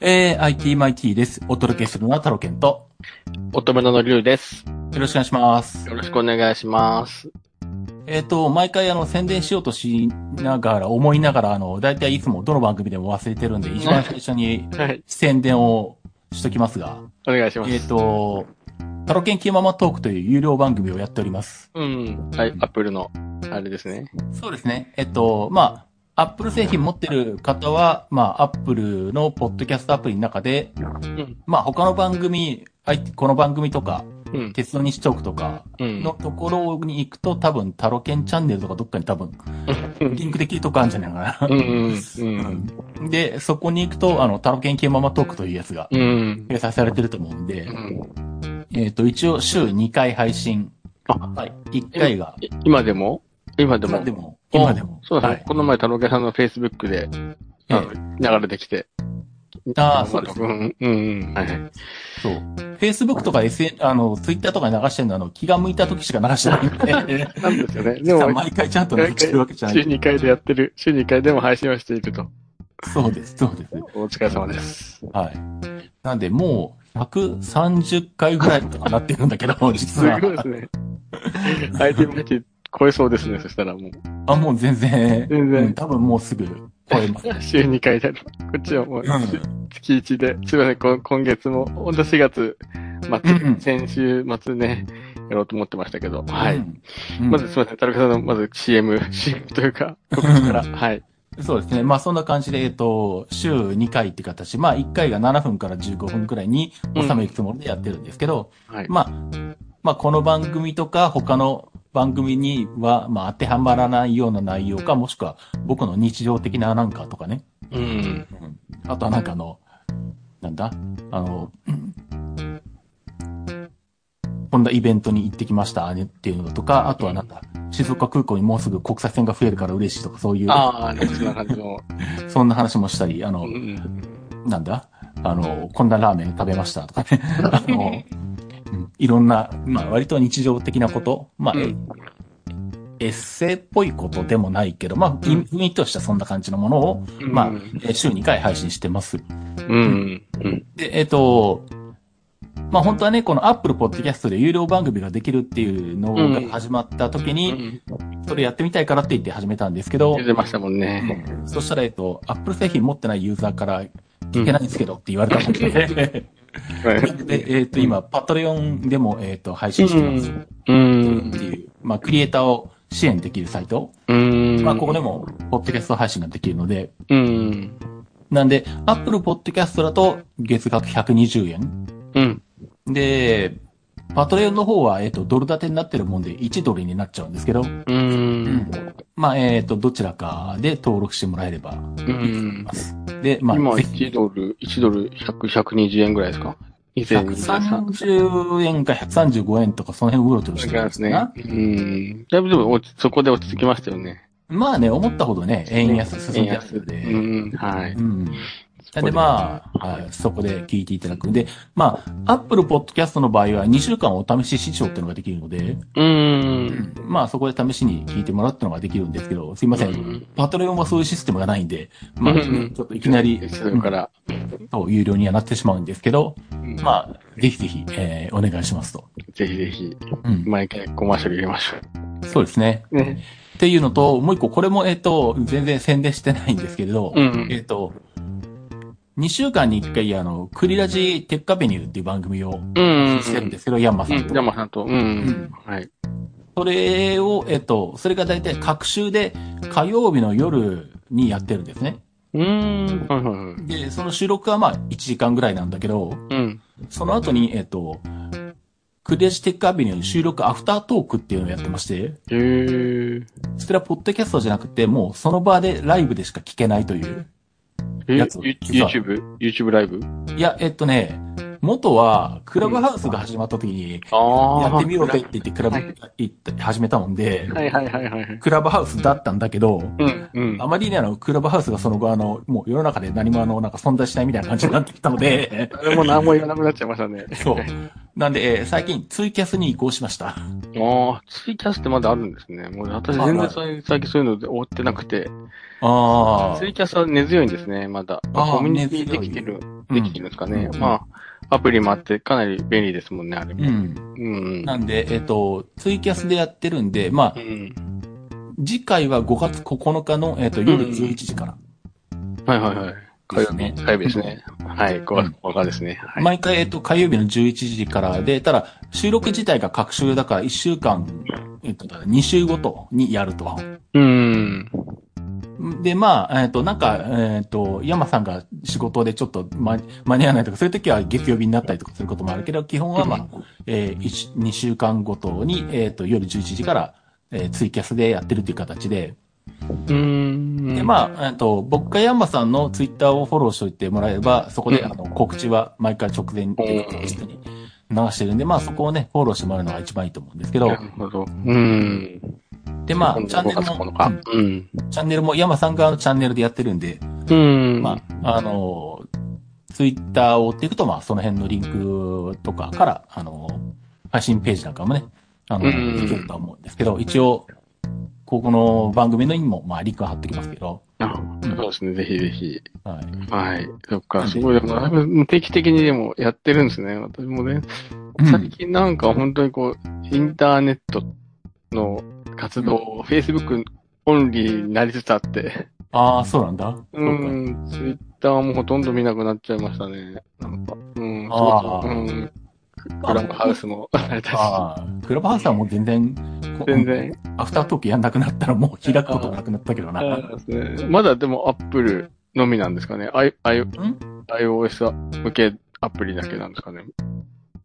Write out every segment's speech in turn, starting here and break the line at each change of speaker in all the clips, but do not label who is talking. えー、ITMIT です。お届けするのは太郎健と。
乙女の龍です。
よろしくお願いします。
よろしくお願いします。
えっ、と、毎回あの、宣伝しようとしながら、思いながら、あの、だいたいいつもどの番組でも忘れてるん で、一番最初に
はい。
宣伝をしときますが、
お願いします。
えっ、と、タロケンキーママトークという有料番組をやっております。
うん。はい。アップルの、あれですね。
そうですね。えっと、まあ、アップル製品持ってる方は、まあ、アップルのポッドキャストアプリの中で、
うん。
まあ、他の番組、あいこの番組とか、
うん。
鉄道にしとくとか、
うん。
のところに行くと多分、タロケンチャンネルとかどっかに多分、リンクできるとこあるんじゃないか
うん。うん。うん。
な。 で、そこに行くと、あの、タロケン系ママトークというやつが、
うん。
掲載されてると思うんで
う、ん
えっ、と、一応週2回配信。
あ
はい。1回が、
い今でも今で
今
も
でも、今でも。
そうだね、
はい。
この前、太郎家さんの Facebook で、あ
え
の流れてきて。
ああ、そうです
う。ん。うん。うんはいはい。、
そう。Facebook とか SN、あの、Twitter とかに流してるのは、あの、気が向いた時しか流して ないんで
なんですよね。 で
実は
も、
毎回ちゃんと流してるわけじゃな
週
い。
2回でやってる。週2回でも配信をしていると。
そうです、そうです。
お疲れ様です。
はい。なんで、もう、130回ぐらいとかなってるんだけど、
す
実
ご
は。
いですね。相手もち超えそうですね、そしたらもう。
あ、もう全然、
全
う
然
ん多分もうすぐ超えます。
週2回だと。こっちはも
う
う、
ん
月1で、すいません、こ今月も、ほんと4月末、
うんうん
先週末ね、やろうと思ってましたけど、はい。
うん
まずすいません、田中さんの、まず CM、CM というか、ここから、はい。
そうですね。まあそんな感じで、えっと、週2回って形、まあ1回が7分から15分くらいに収めるつもりでやってるんですけど、
はい。
まあ、まあこの番組とか他の番組には、まあ当てはまらないような内容か、もしくは僕の日常的ななんかとかね。
うん。
あとはなんかあの、なんだあの、うんこんなイベントに行ってきましたねっていうのとか、あとはなんだ、静岡空港にもうすぐ国際線が増えるから嬉しいとか、そういう、
ああ、なんかそんな感じの、
そんな話もしたり、あ
う
の、
ん。
なんだあの、こんなラーメン食べましたとか ね。あの、うんいろんな、まあ割と日常的なこと、まあ、
うん
エッセイっぽいことでもないけど、まあ、
うん
雰囲気としてはそんな感じのものを、まあ
うん、
え週2回配信してます。
うん。うん。
で、えっ、と、まあ本当はね、この Apple Podcast で有料番組ができるっていうのが始まった時
う
に、
ん。
それやってみたいからって言って始めたんですけど、
出てましたもんね。
そしたら、えっと、Apple 製品持ってないユーザーから、聞けないんですけどって言われたもんで、で、えっ、と、今、パトレオンでも、えっ、と、配信してますっ
うん
て。いう、まあ、クリエイターを支援できるサイト、
うん。
まあ、ここでも、ポッドキャスト配信ができるので、
うん。
なんで、Apple Podcast だと、月額120円。
うん。
で、パトレオンの方は、えっ、と、ドル建てになってるもんで、1ドルになっちゃうんですけど、
うん。
まあ、えっ、と、どちらかで登録してもらえれば、
うん。
で、ま
今
あ、ぜひ
1ドル、1ドル100、120円ぐらいですか ?2023。
130円か135円とか、その辺うろちょろして
ぐら
るん
いで
ですすね。
ね。うん。だいぶでも落ち、そこで落ち着きましたよね。
まあね、思ったほどね、円安進んでますので。
うん、はい。
うん。なんでまあ、はい、そこで聞いていただくんで、まあ、Apple Podcast の場合は2週間お試し視聴っていうのができるので、
うん。
まあそこで試しに聞いてもらうっていうのができるんですけど、すいません。
うん
パトレオンはそういうシステムがないんで、まあ、
うん
ちょっといきなり、
それから。
と有料にはなってしまうんですけど、
まあ、
まあ、ぜひぜひ、えー、お願いしますと。
ぜひぜひ、
うん。
毎回コマーシャル入れましょ
そうですね。
う。ね。
っていうのと、もう一個、これも、えっ、と、全然宣伝してないんですけれど、
うん
えっ、と、2週間に1回、あの、クリラジテックアベニューっていう番組を
うん。
してるんですけど、ヤンマ
う
さん
ん。
と。
山さんと。うん。はい。
それを、えっ、と、それが大体各週で火曜日の夜にやってるんですね。
うん。はいはいはい。
で、その収録はまあ1時間ぐらいなんだけど、
うん。
その後に、えっ、と、クリラジテックアベニュー収録アフタートークっていうのをやってまして、
へー。
それはポッドキャストじゃなくて、もうその場でライブでしか聞けないという。
え、
やつ
YouTube?YouTube ライブ
いや、えっとね、元は、クラブハウスが始まった時に、
ああ。
やってみようぜって言って、クラブ
はい
行って始めたもんで、
はいはいはいはい。
クラブハウスだったんだけど、
うん。うん。、
あまりね、あの、クラブハウスがその後、あの、もう世の中で何もあの、なんか存在しないみたいな感じになってきたので
誰も何も言わなくなっちゃいましたね。
そう。なんで、えー最近ツイキャスに移行しました。
ああ、ツイキャスってまだあるんですね。もう私全然そういう最近そういうので追ってなくて。
あ
ツイキャスは根強いんですね、まだ。
あー
コミュニティできてる、
あ。
できてるんですかね。
うん
まあ、アプリもあってかなり便利ですもんね、あれ
う
も。
ん。
うん。
なんで、えっ、と、ツイキャスでやってるんで、ま
う
あ、
ん。
次回は5月9日の、えっと夜11時から。
はいはいはい。火曜
で
日、
す
火曜日ですね。はい、5月5日ですね。はい。
毎回、えっ、と、火曜日の11時からで、ただ、収録自体が各週だから1週間、えっ、と、2週ごとにやると。
うん。
で、まあ、えっ、と、なんか、えっ、と、山さんが仕事でちょっと間間に合わないとか、そういう時は月曜日になったりとかすることもあるけど、基本はまあ、えー、一2週間ごとに、えっ、と、夜11時から、えーツイキャスでやってるっていう形で、
うん。
で、まあ、えっ、と、僕か山さんのツイッターをフォローしておいてもらえれば、そこで、
うん
あの、告知は毎回直前で
うん
流してるんで、まあ、そこをね、フォローしてもらうのが一番いいと思うんですけ
な
ど
る、ほど。うん。
で、まあ、
今
チ
度
ャンネ
5
ル
月
も、
9日。うん。
チャンネルも山さん側のチャンネルでやってるんで、
うん。
まあ、あの、ツイッターを追っていくと、まあ、その辺のリンクとかから、あの、配信ページなんかもね、あの、
うん
いけるとは思うんですけど、一応、ここの番組のにも、まあ、リンクは貼ってきますけど、
あ、そうですね、ぜひぜひ。
はい。
はい。そっか、すごい。でもだいぶ定期的にでもやってるんですね。私もね、
うん
最近なんか本当にこう、インターネットの活動を Facebook オンリーになりつつあって、
ああ、そうなんだ。そう
う
か
ん、Twitter もほとんど見なくなっちゃいましたね。なんか、うん、
あー
うん。クラブハウスも あれだし、
ああ、クラブハウスはもう全然、こ
全。然。
アフタートークやんなくなったらもう開くことがなくなったけどな。
そうですねまだでも Apple のみなんですかね。I I
ん
iOS 向けアプリだけなんですかね。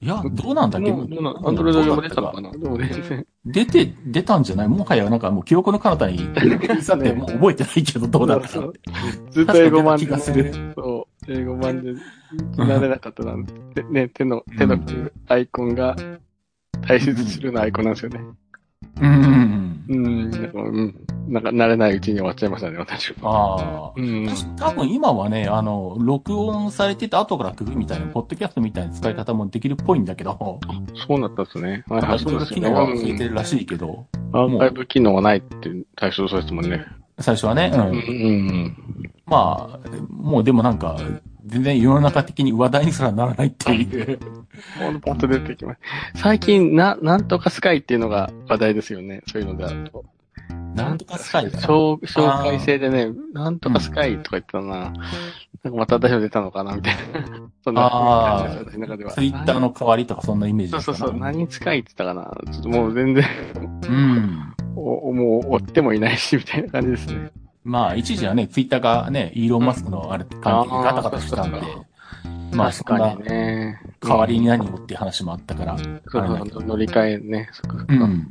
いや、どうなんだっけ
もうどうなアンドロイドでも出たのかなでも全然。
出て、出たんじゃないもはやなんかもう記憶の彼方に、 さてもう覚えてないけどどうだったかって。
ずっと英語版
確かに出た気
で、
がする
そう、英語版で慣れなかったなんて、ね、手の、手のアイコンが、大切するのアイコンなんですよね。
うん。
うん、なんか、うん、なんか慣れないうちに終わっちゃいましたね、私は。
ああ。
うん。
多分今はね、あの、録音されてて後から聞くみたいな、ポッドキャストみたいな使い方もできるっぽいんだけど、
そうなったんですね。は
ないん
は
か
い、
そ
そ
い
ううで
う
す
機
よね。
能がついて
うん
るらしいけど、
アーカイブ機能はないって、最初そうですもんね。
最初はね、うん
うん、うん。
まあ、もうでもなんか、全然世の中的に話題にすらならないっていう。
ほんとポッと出てきます。最近、な、なんとかスカイっていうのが話題ですよね。そういうのであると。
なんとかスカイだよ。
紹紹介制でね、なんとかスカイとか言ってたな。なんかまた私も出たのかなみたいな。 そんな
あー
感じです私の中では。
ツイッターの代わりとかそんなイメージ
何。
です
そ
か
うそうそう。何使いって言ったかな。ちょっともう全然
うん。
お、もう追ってもいないし、みたいな感じですね。
まあ、一時はね、ツイッターがね、イーロン・マスクのあれ、関係でガタガタしたんで
あー、
まあ、そ
確
こ
か
が
にね。
代わりに何をっていう話もあったから、
そうそうそう乗り換えね。そっかそっか
うん。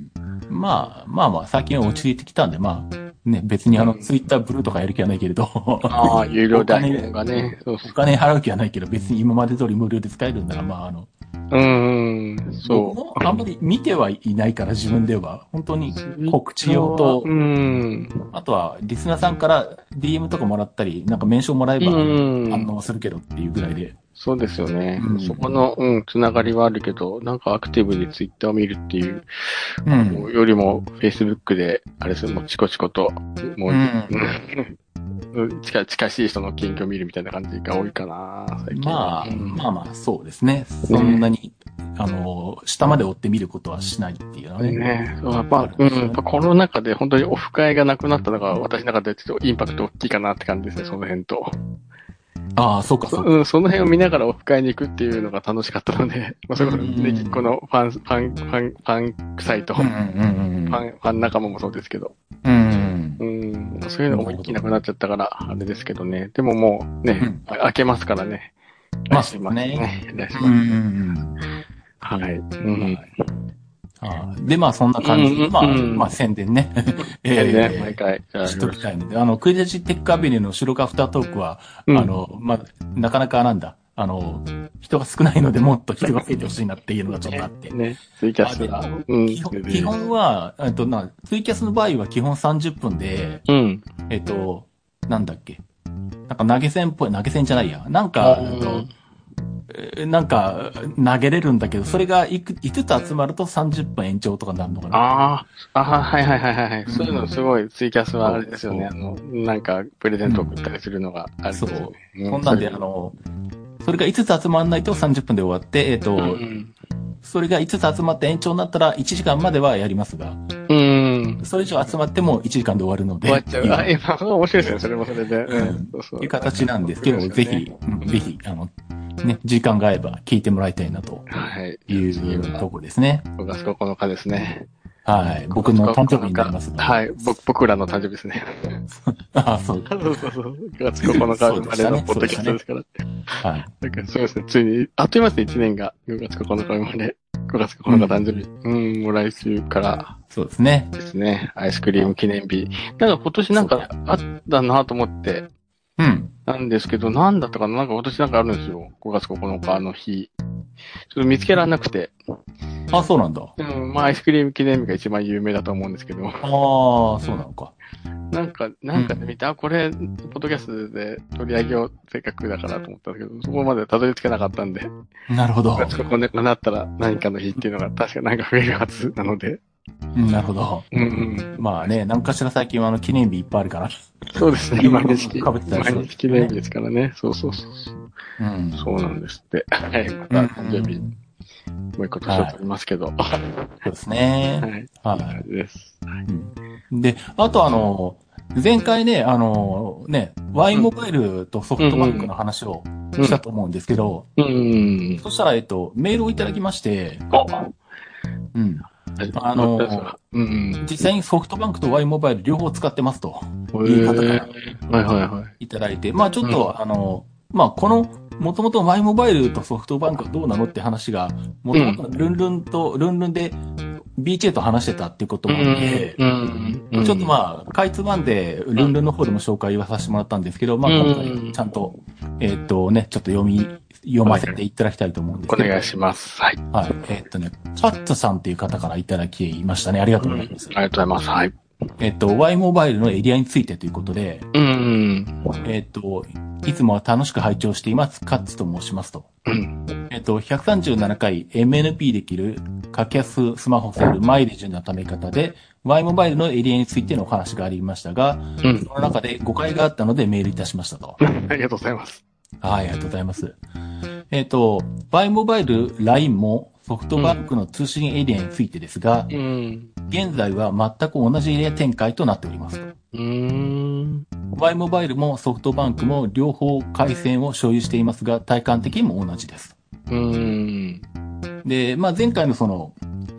まあ、まあまあ、最近は落ち着いてきたんで、まあ、ね、別にあの、
うん
ツイッターブルーとかやる気はないけれど、
ああ、有料代金がね。そうそ
お金払う気はないけど、別に今まで通り無料で使えるんなら、まあ、あの、
う。うんうん。
僕
そ
もあんまり見てはいないから、自分では。本当に
う。
告知用と
う、ん。
あとは、リスナーさんから DM とかもらったり、なんかメンションもらえ
う
ば、
ん。
反応するけどっていうぐらいで。
そうですよね。
うん
そこの、うん、つながりはあるけど、なんかアクティブにツイッターを見るっていう
う
も
ん。
うよりも、Facebook で、あれですよもうチコチコと、もう、
う
近近しい人の近況を見るみたいな感じが多いかな、最近。
まあ、
うん
まあまあ、そうですね。そんなに、あの、下まで追ってみることはしないっていうのはね。
ねそうやっぱ、うん、やっぱコロナ禍で本当にオフ会がなくなったのが、私の中でちょっとインパクト大きいかなって感じですね、その辺と。
ああ、そうか、
そ
そうか。
うん、その辺を見ながらオフ会に行くっていうのが楽しかったので、 まあ、それこそ、
うん
ね、きっこのファン、ファン、ファン、ファン臭いと、
うんうん
フ
うん
ァン、ファン仲間もそうですけど、
うん。
うん、そういうのも一気になくなっちゃったから、あれですけどね。でももうね、
うん
あ開けますからね。
まあ
来週末ね。来週末
うん。
はい。うん。
あーで、まあ、そんな感じで、
うん
まあ、
うん
まあ、宣伝ね。 え
え
ー
ね、毎回。じゃあ
しときたいので、あの、クイズジテックアビリューの収録アフタートークは、
うん
あの、まあ、なかなかなんだ、あの、人が少ないので、もっと人が増えてほしいなっていうのがちょっとあって。
ね、ツイキャスが。うん。
基本基本は、えっと、な、ツイキャスの場合は基本30分で、
うん。
えっと、なんだっけ。なんか投げ銭っぽい、投げ銭じゃないや。なんか、えっとえなんか、投げれるんだけど、それがいく5つ集まると30分延長とかになるのかな。
ああ、ああ、はいはいはいはいはい。
うん
そういうのすごい、ツイキャスはあれですよね。あ
そう
の、なんか、プレゼント送ったりするのがあるですよね。う
こんなんで、あの、それが5つ集まらないと30分で終わって、えっ、と、
うん。
それが5つ集まって延長になったら1時間まではやりますが、
うん。
それ以上集まっても1時間で終わるので、
終わっちゃう。あ、
いい
え、まあ、面白いですね。それもそれで。うん。そうそう
という形なんですけど、
面白
ぜ
いすよね
ひ、うんぜひ、あの、ね、時間が合えば聞いてもらいたいなと
はい。
いうとこですね。
5月9日ですね。
はい。僕の誕生日になりますが。
はい。僕、僕らの誕生日ですね。
ああ、そう。
そうそうそう。5月9日生まれのポッドキャストですから。
はい。
なんかそうですね。ついに、あっという間ですね、1年が。5月9日生まれ。5月9日誕生日。うん、もう来週から
そうですね。
ですね。アイスクリーム記念日。なんか今年なんかあったなと思って、
うん。
なんですけど、なんだったかななんか今年なんかあるんですよ。5月9日の日。ちょっと見つけられなくて。
あ、そうなんだ。
うん、まあアイスクリーム記念日が一番有名だと思うんですけど。
ああ、そうなのか。
なんか、なんかね、見て、あ、これ、ポッドキャストで取り上げよう、せっかくだからと思ったんだけど、そこまでたどり着けなかったんで、
なるほど。
そこになったら何かの日っていうのが確かなんか増えるはずなので、
うんなるほど。
うんうん。
まあね、何かしら最近はあの記念日いっぱいあるから。
そうですね、
今
毎日、
かぶってたりする
毎日記念日ですからね。そうそうそう。
うん。
そうなんですって。はい、ま
う
た
ん
誕生日、もう一個年を取りますけど。は
そうですね。
い、
は
はい、です。
い。で、あとあの、前回ね、あの、ね、ワインモバイルとソフトバンクの話をしたと思うんですけど、
うんうん。
そしたら、えっと、メールをいただきまして、
あ
うん。あのー、
うん
実際にソフトバンクとワインモバイル両方使ってますと
うん。
いう方か
へ
ら
ーはいはいはい。
いただいて、まあちょっと、あの、まあこの、もともとマイモバイルとソフトバンクはどうなのって話が、もともとルンルンと、ルンルンで BJ と話してたっていうこともあって、
うんうん
ちょっとまあ、かいつまんで、ルンルンの方でも紹介はさせてもらったんですけど、まあ今
うん
回、ちゃんと、えっ、とね、ちょっと読み、読ませていただきたいと思うんです
お
けど。
願いします。はい。
はい。えっ、とね、カッツさんっていう方からいただきましたね。ありがとうございます。
ありがとうございます。はい。
えっ、と、Y モバイルのエリアについてということで、
うん。
えっ、と、いつもは楽しく拝聴しています。カッツと申しますと。
うん。
えっと、137回 MNP できる格安スマホセールマイレージのため方で Y モバイルのエリアについてのお話がありましたが、
うん
そ。の中で誤解があったのでメールいたしましたと。
ありがとうございます。
はい、ありがとうございます。えっと、Y モバイル LINE もソフトバンクの通信エリアについてですが、
うん。
現在は全く同じエリア展開となっておりますと。
うん。
Y モバイルもソフトバンクも両方回線を所有していますが、体感的にも同じです。
うん。
で、まあ、前回のその、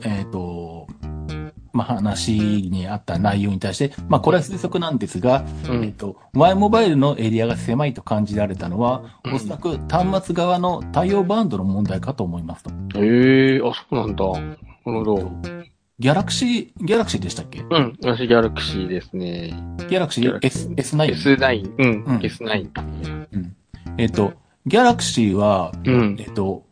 えっ、と、まあ、話にあった内容に対して、まあ、これは推測なんですが、
う
えっ、
ん。
と、Y モバイルのエリアが狭いと感じられたのは、
うん
おそらく端末側の対応バンドの問題かと思いますと。
ええあ、そうなんだ。なるほど。
ギャラクシー、ギャラクシーでしたっけギ
うん。私、ギャラクシーですね。
ャラクシー S、S9。
S9。うん
うん。
S9。
えっ、と、ギャラクシーは、
うん
え。っ、と、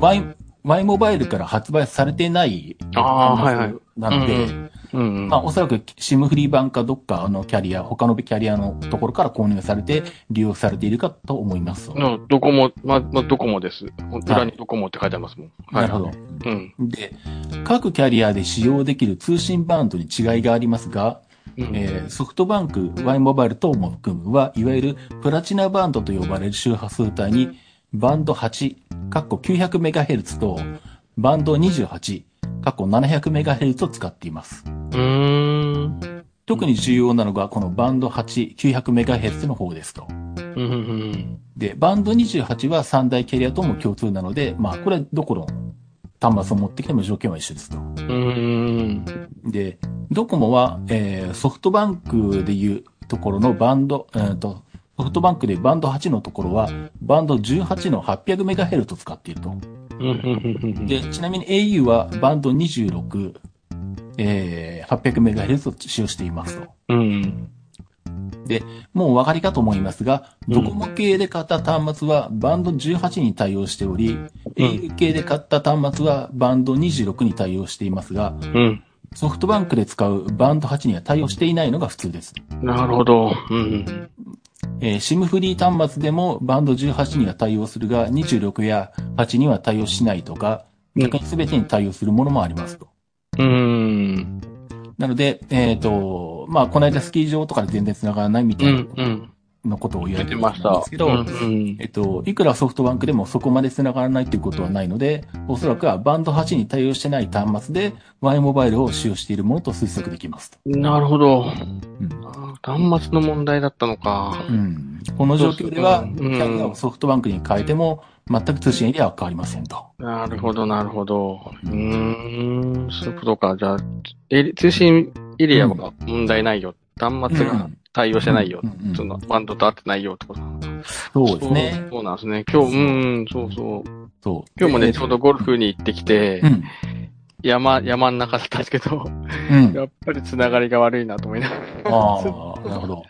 Y、Y モバイルから発売されてない、
ああー、はいはい。
なので、
うん。
まあ、おそらく SIM フリー版かどっかのキャリア、他のキャリアのところから購入されて利用されているかと思います。
の、ドコモ、ま、ま、ドコモです。裏にドコモって書いてありますもん。
なるほど。
ど。うん。
で、各キャリアで使用できる通信バンドに違いがありますが、
うん
えーソフトバンク、Y モバイル等も含むは、いわゆるプラチナバンドと呼ばれる周波数帯に、バンド8、かっこ 900MHz と、バンド28、かっこ 700MHz を使っています。
うーん。
特に重要なのが、このバンド8、900MHz の方ですと。
うんうん。
で、バンド28は三大キャリアとも共通なので、まあ、これはどこの端末を持ってきても条件は一緒ですと。
うんうん。
で、ドコモは、えーソフトバンクでいうところのバンド、えーと、ソフトバンクでバンド8のところは、バンド18の 800MHz を使っていると。
うんうん。
で、ちなみに au はバンド26、えー、800MHz を使用していますと。
うん。
もうお分かりかと思いますが、
うん
ドコモ系で買った端末はバンド18に対応しており、au 系で買った端末はバンド26に対応していますが、
うん。
ソフトバンクで使うバンド8には対応していないのが普通です。
なるほど。うん。
えー SIM フリー端末でもバンド18には対応するが、26や8には対応しないとか、
うん
逆に全てに対応するものもありますと。
うん。
なので、えっ、と、まあ、この間スキー場とかで全然繋がらないみた
う。
いなん
うん。
のことを言われ
出
て
て
る
ました。
んですけど、
うん
えっと、いくらソフトバンクでもそこまで繋がらないということはないので、おそらくはバンド8に対応してない端末で Y モバイルを使用しているものと推測できますと。
うんなるほど。
うん
端末の問題だったのか。
うん、この状況では、
そう
キ
ですねうん
ャリアをソフトバンクに変えても全く通信エリアは変わりませんと。
なるほど、なるほど。うーん、そういうことか。じゃあ、エリ通信エリアは問題ないよ。端末が対応してないよ。
うんうんうん
そのバンドと合ってないよってことなのか。
そうですね。
そう。そうなんですね。今日、うん、そうそう。
そう。
今日も
え
ね、
っと
ちょうどゴルフに行ってきて
う、ん。
山、山の中だったんですけど、
うん。
やっぱりつながりが悪いなと思いなが
あ
ら、
あ、なるほど。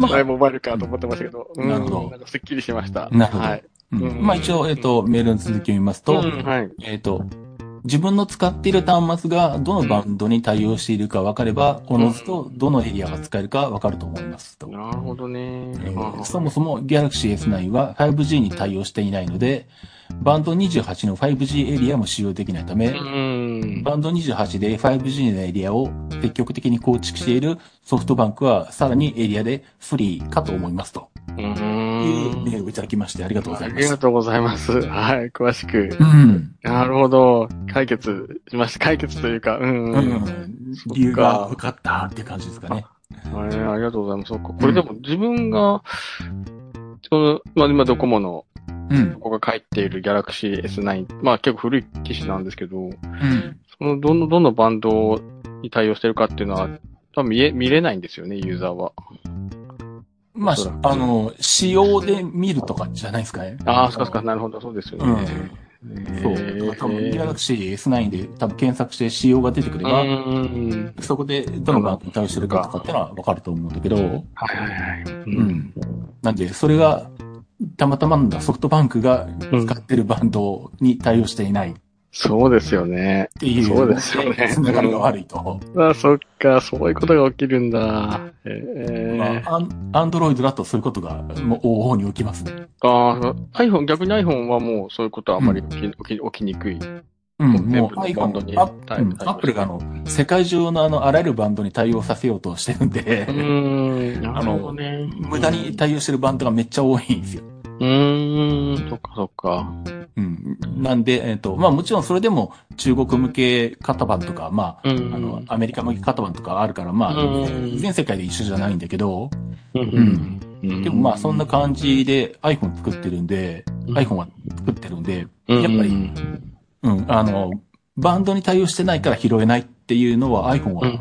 ま
前
あ、
モバイルかと思ってましたけど、うん
なるほど
なんかすっきりしました。
なるほど
はい。
うんまあ一応、えっと、メールの続きを見ますと、
うんはい。
えっ、と、自分の使っている端末がどのバンドに対応しているか分かれば、おのずとどのエリアが使えるか分かると思いますと。
なるほどね
え。ーそもそも Galaxy S9 は 5G に対応していないので、バンド28の 5G エリアも使用できないため、
うん。
バンド28で 5G のエリアを積極的に構築しているソフトバンクはさらにエリアでフリーかと思いますと
う
いうメー
ん。
ルをいただきましてありがとうござい
あ
ま
りが
す。
とうございます。はい、詳しく。
うん。
なるほど。解決しました。解決というか、うん。
う
うん
ん。理由が分かったって感じですかね。
はいありがとうございます。そっか。これでも自分が、その、まあ、今ドコモの、
うん。
ここが書いている Galaxy S9、まあ結構古い機種なんですけど、
うん。
その、どの、どのバンドに対応してるかっていうのは、多分見え、見れないんですよね、ユーザーは。
まあ
おそら、く
あの、仕様で見るとかじゃないですかね。
ああ、そっかそっか、なるほど、そうですよね。
うん。そう。だから多分、
えー
Galaxy S9 で多分検索して仕様が出てくれば、
うん。
そこでどのバンクに対応してるかとかってのはわかると思うんだけど、
はいはいはい。う
う。ん。なんで、それが、たまたまなんだソフトバンクが
うん
使ってるバンドに対応していないっ
そうですよね。
ていう、
そうですよね
つながりが悪いと。
あ、そっか、そういうことが起きるんだ。えー
まあ、アンアンドロイドだとそういうことが、もう、往々に起きますね。
あー、iPhone、逆に iPhone はもうそういうことはあまり起き,、起き起きにくい。
うん、
全
も
部
う
の
iPhone、
バンドに
アップ
対応
うんアップルがあの、世界中のあの、あらゆるバンドに対応させようとしてるんで、
ん、な
るほど
ね
無駄に。対応してるバンドがめっちゃ多いんですよ。
うーん、そっかそっか。
うん。なんで、えっ、と、まあもちろんそれでも中国向け型番とか、ま
う
あ、
ん。
あの、アメリカ向け型番とかあるから、まあ
うん、
全世界で一緒じゃないんだけど、
うん。
でもまあそんな感じで iPhone 作ってるんで、iPhone は作ってるんで、
うん、
やっぱり
うん
うん、あの、バンドに対応してないから拾えないっていうのは iPhone
う
は、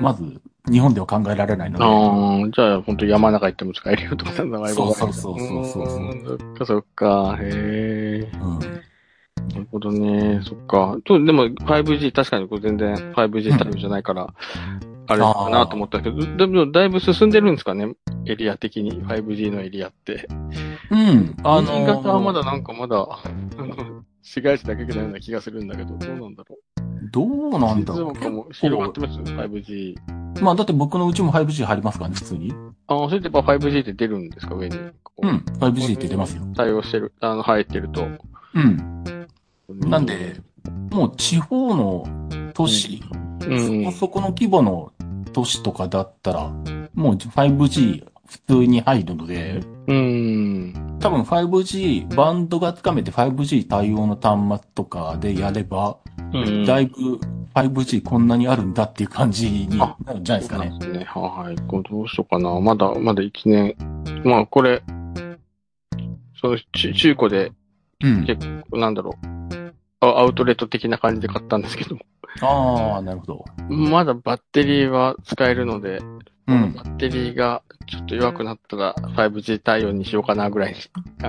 まず日本では考えられないので、
ああ、じゃあ、本当山の中行っても使えるよってことなんだ、
そう
iPhone
そうそうそうそうそう
ーんそっか、そっか、へえ。
うん
なるほどね、そっか。とでも、5G、確かにこれ全然 5G 対応じゃないから、あれかなと思ったけど、でも、だいぶ進んでるんですかね、エリア的に、5G のエリアって。
うん。あのー
新潟はまだなんかまだ、あの市街地だけじゃないような気がするんだけど、どうなんだろ
どうな
う。
んだ
静
ろう
岡も
結構
広がってます ?5G。
まあ、だって僕のうちも 5G 入りますからね、普通に。
ああ、それでやっぱ 5G って出るんですか、上に。
うん。。5G って出ますよ。
対応してる、あの、入ってると。
うん。なんで、もう地方の都市、
うん、
そこそこの規模の都市とかだったら、もう 5G 普通に入るので、
うん。
多分 5G、バンドがつかめて 5G 対応の端末とかでやれば、
うん。
だいぶ 5G こんなにあるんだっていう感じになるんじゃないですかね。
そうなんですね。はい。これどうしようかな。まだ、まだ1年。まあ、これ、その、ち中古で、
うん。
結構、なんだろう。あアウトレット的な感じで買ったんですけど、
ああ、なるほど。
まだバッテリーは使えるので、
うん。
バッテリーがちょっと弱くなったら 5G 対応にしようかなぐらいに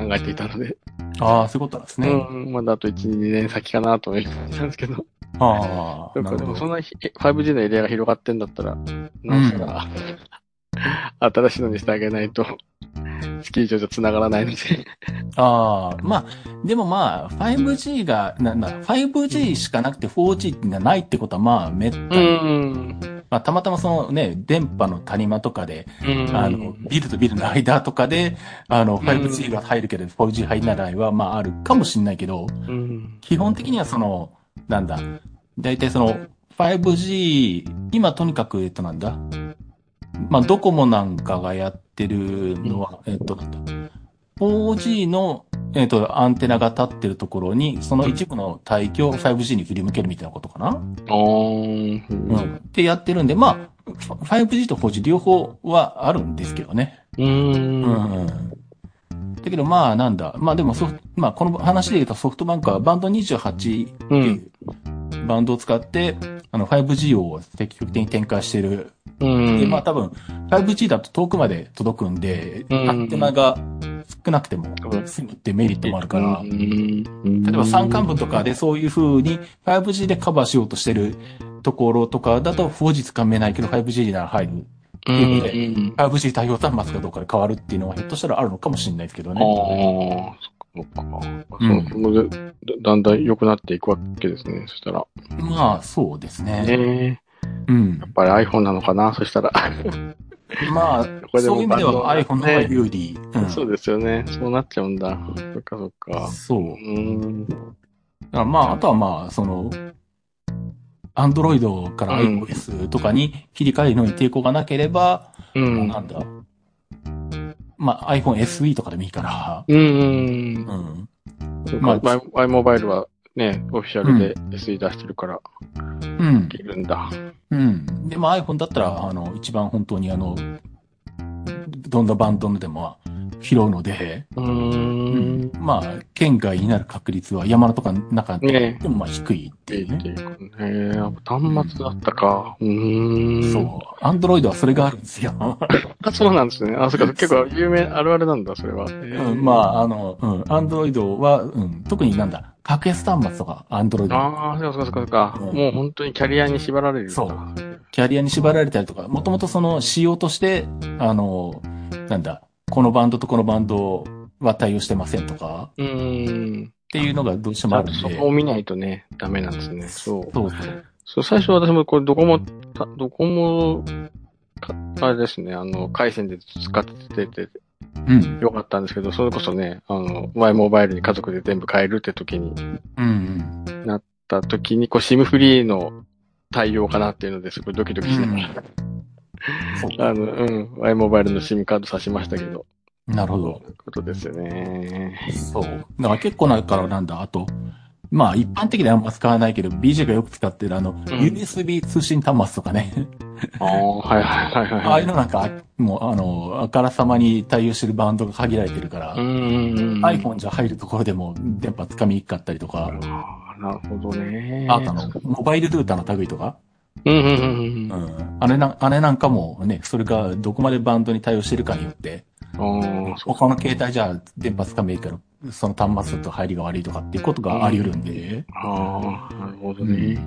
考えていたので、
ああ、そういうことなんですね。
うん、まだあと1、2年先かなと思ってたんですけど、
ああ、
なん
な
か
る
で
ほ
もそん
ど。
なひ 5G のエリアが広がってんだったら、なんすか、 新しいのにしてあげないと、スキー場じゃ繋がらないので。
ああ、まあ、でもまあ、5G が、なんだ、5G しかなくて 4G がないってことは、まあ、めったに
ん。
まあ、たまたまそのね、電波の谷間とかで、
うん
あの、ビルとビルの間とかで、あの、5G が入るけど、4G 入らないは、まあ、あるかもしれないけど、
うん。
基本的にはその、なんだ、だいたいその、5G、今とにかく、えっと、なんだ、まあ、ドコモなんかがやってるのは、えっと、なんだ、4G の、えっと、アンテナが立ってるところに、その一部の帯域を 5G に振り向けるみたいなことかな
あーうん
うん。ってやってるんで、まあ、5G と 4G 両方はあるんですけどね。
うん。
うんだけど、まあ、なんだ。まあ、でもソフト、まあ、この話で言うとソフトバンクはバンド28っていうバンドを使って、あの、5G を積極的に展開してる。
うん。
で、まあ、多分、5G だと遠くまで届くんで、
うん
アンテナが少なくても済むってメリットもあるから、
うん
例えば山間部とかでそういう風に 5G でカバーしようとしてるところとかだと 4G 掴めないけど 5G なら入る。
うん。
って
うん
5G 対応端末かどうかで変わるっていうのはひょっとしたらあるのかもしれないですけど
あ
ね。
あ、そっか。まあそ
うん
のそのだだんだん良くなっていくわけですね、そしたら。
まあ、そうですね。
ね
うん
え。。やっぱり iPhone なのかな、そしたら。
まあ、
これで
そういう
も
意味では
バ
iPhone
ンド
の
が
方が
ね
有利。うん
そうですよね。そうなっちゃうんだ。そっかそっか。
そう。
うーん。
だからまあ、あとはまあ、その、アンドロイドから
うん
iOS とかに切り替えるのに抵抗がなければ、
うん。
なんだ。まあ、iPhone SE とかでもいいから。
う。
うんん。ま
ま
あ
あ、iMobile はね、オフィシャルで SE 出してるから、
うん
で。きるんだ。
うん。で、まあ iPhone だったら、あの、一番本当にあの、どんなバンドのでも拾うので、
うーん。
まあ、県外になる確率は山のとか中で
ね
もまあ低いって
で
いうね。
っていうかね。やっぱ端末だったか。うーん。
そう。アンドロイドはそれがあるんですよ。
あ、そうなんですね。あ、そっか、結構有名、あるあるなんだ、それは。
うん、まあ、あの、うん、アンドロイドは、うん、特になんだ、格安端末とか、アンドロイド、
ああ、そうかそうかそうか。
うん
もう本当にキャリアに縛られる。
そうキャリアに縛られたりとか、もともとその仕様として、あの、なんだ、このバンドとこのバンドは対応してませんとか、
うーん。
っていうのがどうして
ち
も
ゃ
あ
んと
るん
そ
で。
こを見ないとね、ダメなんですね。そう。
そうそう。
そう、最初私もこれドコモ、たドコモ、かあれですね、あの、回線で使ってて
うん。
よかったんですけど、それこそね、あの、マイモバイルに家族で全部変えるって時に、
うん。
た時に、こう、シムフリーの対応かなっていうのですごいドキドキしながら、
そう。
あの、うん、マイモバイルのシムカードさしましたけど、
なるほ
そう
ど。
いうことですよね。
そう。だから結構なんか、なんだ、あと、まあ一般的にはあんま使わないけど、BJ がよく使ってるあの、USB 通信端末とかね。
ああ、はいはいはい
ああ
はいい。
うのなんか、もう、あの、あからさまに対応してるバンドが限られてるから、
うんうんうん。
iPhone じゃ入るところでも電波つかみにくかったりとか、
あーなるほどね。
あとあの、モバイルルーターの類とか、
うんうんうん
う
うん
ん。あれな、あれなんかもね、それがどこまでバンドに対応してるかによって、。
ああ、そう
他の携帯じゃ電波つかめるから、その端末だと入りが悪いとかっていうことがあり得るんで、
ああ、なるほどね。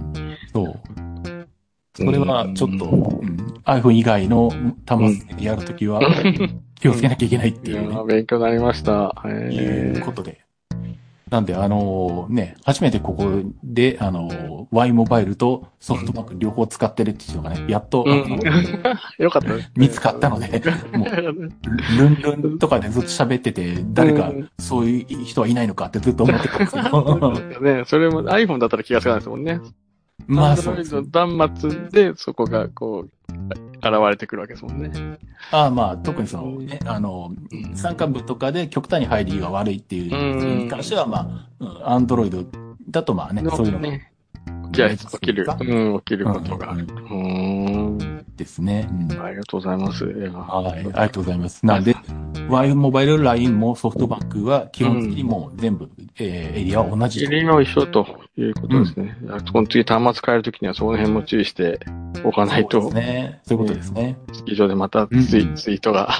そう。それはちょっと、うん、iPhone 以外の端末でやるとき は気をつけなきゃいけないって
い
い
や
うね。
ー勉強になりました。
い
え
うことで。なんで、あのね、初めてここで、あの Y モバイルとソフトバンク両方使ってるっていうのがね、やっと、
う
あ
ん
の、
よかったですね。
見つかったの で、もう、ルンルンとかでずっと喋ってて、誰か
うん
そういう人はいないのかってずっと思ってたんですけ
そう
ど、
ですよね、それも iPhone だったら気がつかないですもんね。
まあそうです
Android の端末でそこがこう、現れてくるわけですもんね。
ああまあ、特にその、ね、あの、山間部とかで極端に入りが悪いっていう
うん
に関しては、まあうん、アンドロイドだとまあね、そういうのが
ね。じゃあ、起きる。うん、起きることがある。うーん。
ですね。うん
ありがとうございます。いや
はい、ありがとうございます。なんで、Y モバイル、LINE もソフトバンクは基本的にもう全部、えーエリアは同じ
エ
と。
リアは一緒ということですね。いやこの次端末変えるときにはその辺も注意しておかない
そう
と、
ですね。そういうことですね。
以上でまたツイ,、
うん
ツイートが、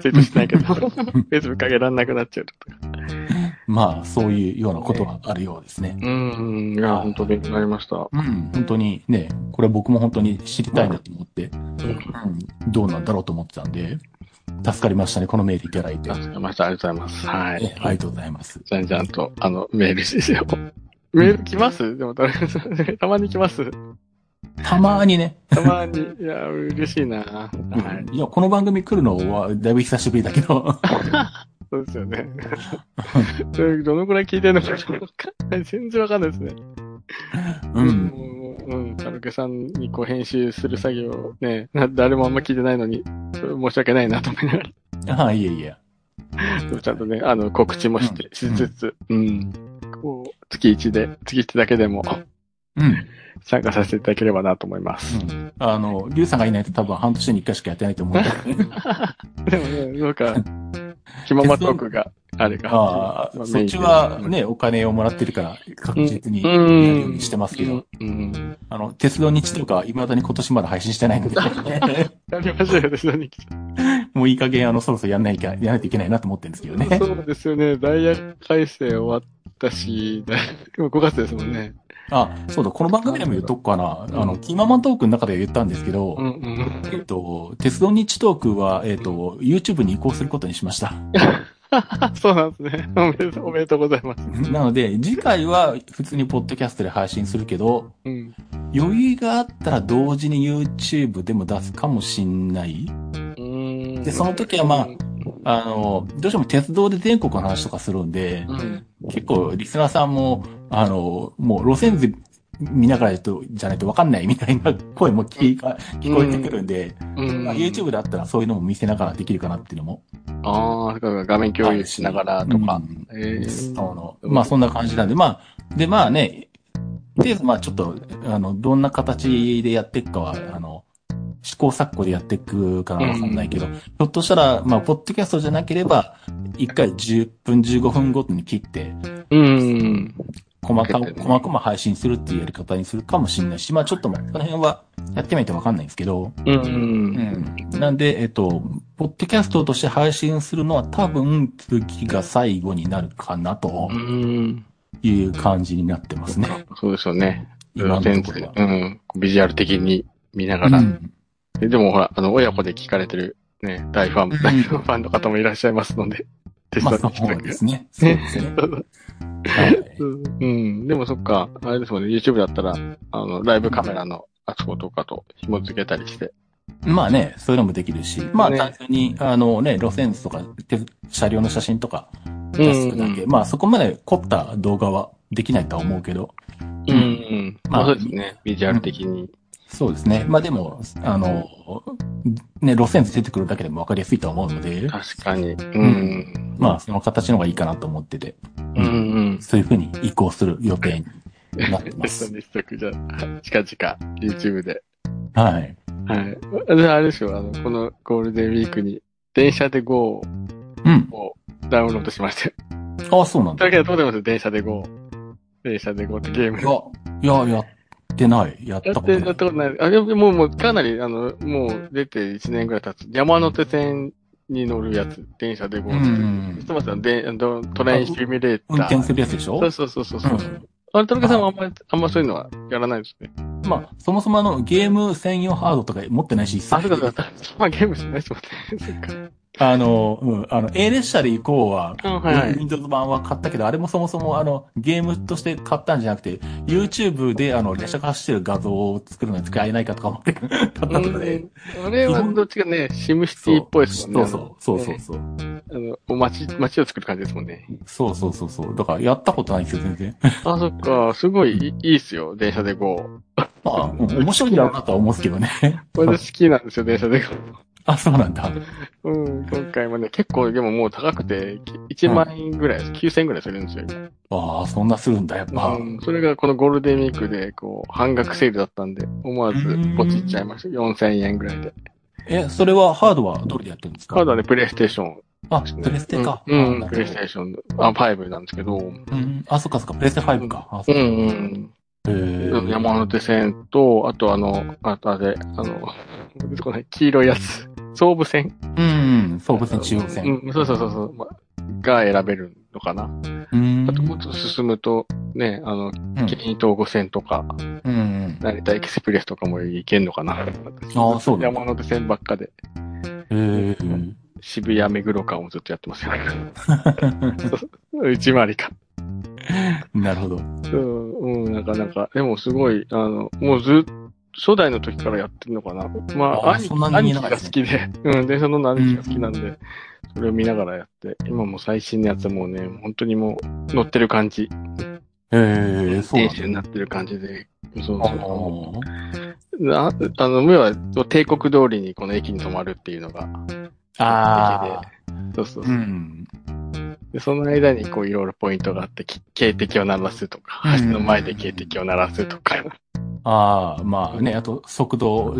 ツイートしてないけど、Facebook 上げられなくなっちゃうとか。
まあ、そういうようなことはあるようですね。
うん、いや、本当勉強になりました。
うん、本当にね、これ僕も本当に知りたいなと思って、うん、どうなんだろうと思ってたんで、助かりましたね、このメールいただいて。
あ、すいませんありがとうございます。は
え
い。
ありがとうございます。
じゃんじゃんと、 あの、メールしよう。メール来ますでも、とりあえずたまに来ます。
たまーにね。
たまに、いや、嬉しいな。はい。
いや、この番組来るのはだいぶ久しぶりだけ ど。
そうですよね。 それどのくらい聞いてるのかわかんない。全然わかんないですね。
うん。
もう。うん。たぬけさんにこう編集する作業をね、な誰もあんま聞いてないのに、それ申し訳ないなと思いながら
ああ、いえいえ。
でもちゃんとね、あの、告知もして、しつつ、うん。こう、月1で、月1だけでも
うん。
参加させていただければなと思います。
あの、リュウさんがいないと多分半年に一回しかやってないと思 うんだけどね
でもね、なんか、気ままトークがあれが。
あ
ま
あ、
あ
そっちは、ね、お金をもらってるから確実に
う
や
ん
るようにしてますけど、
うん。うん
あの、鉄道日とか未だに今年まだ配信してないので、
やりましょうよ、私の日記
もういい加減あの、そろそろやんないきゃ、やらないといけないなと思ってるんですけどね。
そうですよね。ダイヤ改正終わったし、だい今5月ですもんね。
あ、そうだ、この番組でも言っとくかな。
うん
あの、キーママントークの中では言ったんですけど、
うんうん。
えっと、鉄道日トークは、えっと、YouTube に移行することにしました。
そうなんですね。おめでとうおめでとうございます。
なので、次回は普通にポッドキャストで配信するけど、
うん。
余裕があったら同時に YouTube でも出すかもしんない。
うん
でその時はまあ
う
あの、どうしても鉄道で全国の話とかするんで、
ん。
結構リスナーさんも、あの、もう路線図見ながらやっとじゃないとわかんないみたいな声も聞か聞こえてくるんで、
うん
まあ YouTube だったらそういうのも見せながらできるかなっていうのも。
ああ、だから画面共有しながらとか
う。ん
ええ
あの、まあそんな感じなんで、まあ、でまあね、とりあえずまあちょっと、あの、どんな形でやっていくかは、あの、試行錯誤でやっていくかなわかんないけど、ひょっとしたら、まあ、ポッドキャストじゃなければ、一回10分、15分ごとに切って、
うん。
細か、
分けてね
細々配信するっていうやり方にするかもしれないし、まあちょっとまあ、その辺はやってみないとわかんないんですけど、
うん。
う
う。
んん。なんで、えっと、ポッドキャストとして配信するのは多分、次が最後になるかなと
うん。
いう感じになってますね。
そうですよね。
今の
全
ところ
然
は。
うん。ビジュアル的に見なが
う
ら。
ん
えでもほら、あの、親子で聞かれてる、ね、大ファン、大ファンの方もいらっしゃいますので。テ
まあ、
スト
そうで
です
ね。そうですね。はい
うん。でもそっか、あれですもんね、YouTube だったら、あの、ライブカメラのあそことかと紐付けたりして。
まあね、そういうのもできるし、まあ
ね
単純に、あのね、路線図とか、て車両の写真とか出すだけ、まあそこまで凝った動画はできないとは思うけど、
うん。うん。まあ
ま
そ
あ
うですね、ビジュアル的に。
そうですね。まあでも、あの、ね、路線図出てくるだけでもわかりやすいとは思うので、
確かに。うん。
まあその形の方がいいかなと思ってて、
うんうん。
そういうふうに移行する予定になってま
テス
す
ト。にしとくじゃあ、近々、YouTube で。
はい。
はい。じゃあ、あれですよ、あの、このゴールデンウィークに、電車で GO
うん。
をダウンロードしま したよ。
ああ、そうなん
と
だ。
い
いう
わけで、どうでます電車で GO。電車で GO ってゲーム。
や、いや、やってない。やった
や
こと
って、や
な
っ
い。
たことない。あ、でも、もう、もう、かなり、あの、もう、出て1年ぐらい経つ。山手線に乗るやつ。電車でこう。
うんうん
知ってますよであのトレインシミュレータ
運転
ー。
するやつでしょ
そうそうそうそう。う
うん
あれ、田中さんはあんまり、あんまそういうのはやらないですね。
まあ、そもそもあの、ゲーム専用ハードとか持ってないし、
あ、そうかそうか。 まあ、ゲームしないですもんね。そっ か。
あの、うん、あの、A 列車で行こうは、
あはい
Windows 版は買ったけど、あれもそもそもあの、ゲームとして買ったんじゃなくて、YouTube であの、列車が走ってる画像を作るのに使えないかとか思って買った
う
ので。
ん。あれは、どっちかね、シムシティっぽいですもんね。
そうそうそうそうそう。
あの、お街、街を作る感じですもんね。
そうそうそうそう。だから、やったことないんですよ、全然。
あ、そっか。すごいいい、いいっすよ。電車でこう。
まあ、うん面白いんだろうなとは思うんですけどね。
私好きなんですよ、電車でこう。
あ、そうなんだ。
うん、今回もね、結構でももう高くて、き1万円ぐらい、9000円ぐらいするんですよ、今
ああ、そんなするんだ、やっぱ。
うん。それがこのゴールデンウィークで、こう、半額セールだったんで、思わずポチっちゃいました。4000円ぐらいで。
え、それはハードはどれでやってるんですか
カードはね、プレイステーション。
あ、プレステか。
うん
あ
うん、
な
プ
る
レイ
ほ
ス
ど
テーション、あ、5なんですけど、うん
うん、あ、そっかそっか、プレステ5か。あ、
う
そっかへ
ん、うん。
ー
山手線と、あとあの、あとあれ、あの、出てこない黄色いやつ。総武線。
うん、うん、総武線、中央線。
うん、そうそうそうそう、ま。が選べるのかな。
うん
あともっと進むと、ね、あの、
うん
京東五線とか、
うんうん。
成田エクスプレスとかも行けんのかな。
ああそうなんだ
山手線ばっかで、
へ
渋谷目黒間をずっとやっ てますよ。内回りか。
ーなるほど。
うん、うん、なかなか。でもすごい、あの、もうずっ初代の時からやってるのかな。まあ、
あー
兄
そんなに
兄
見
貴
なかったで
が好
す
きで、 うん、電車の兄貴が好きなんで、それを見ながらやって、今もう最新のやつはもうね、本当にもう乗ってる感じ、
ええそうな
電
ん
車
だ
になってる感じで、そう
あ
そ
ー
う。なあの、目は帝国通りにこの駅に止まるっていうのが、
あ
そうそう
ー。うん。
で、その間にこういろいろポイントがあって、き警笛を鳴らすとか、
うん
橋の前で警笛を鳴らすとか。
ああ、まあね、あと速度、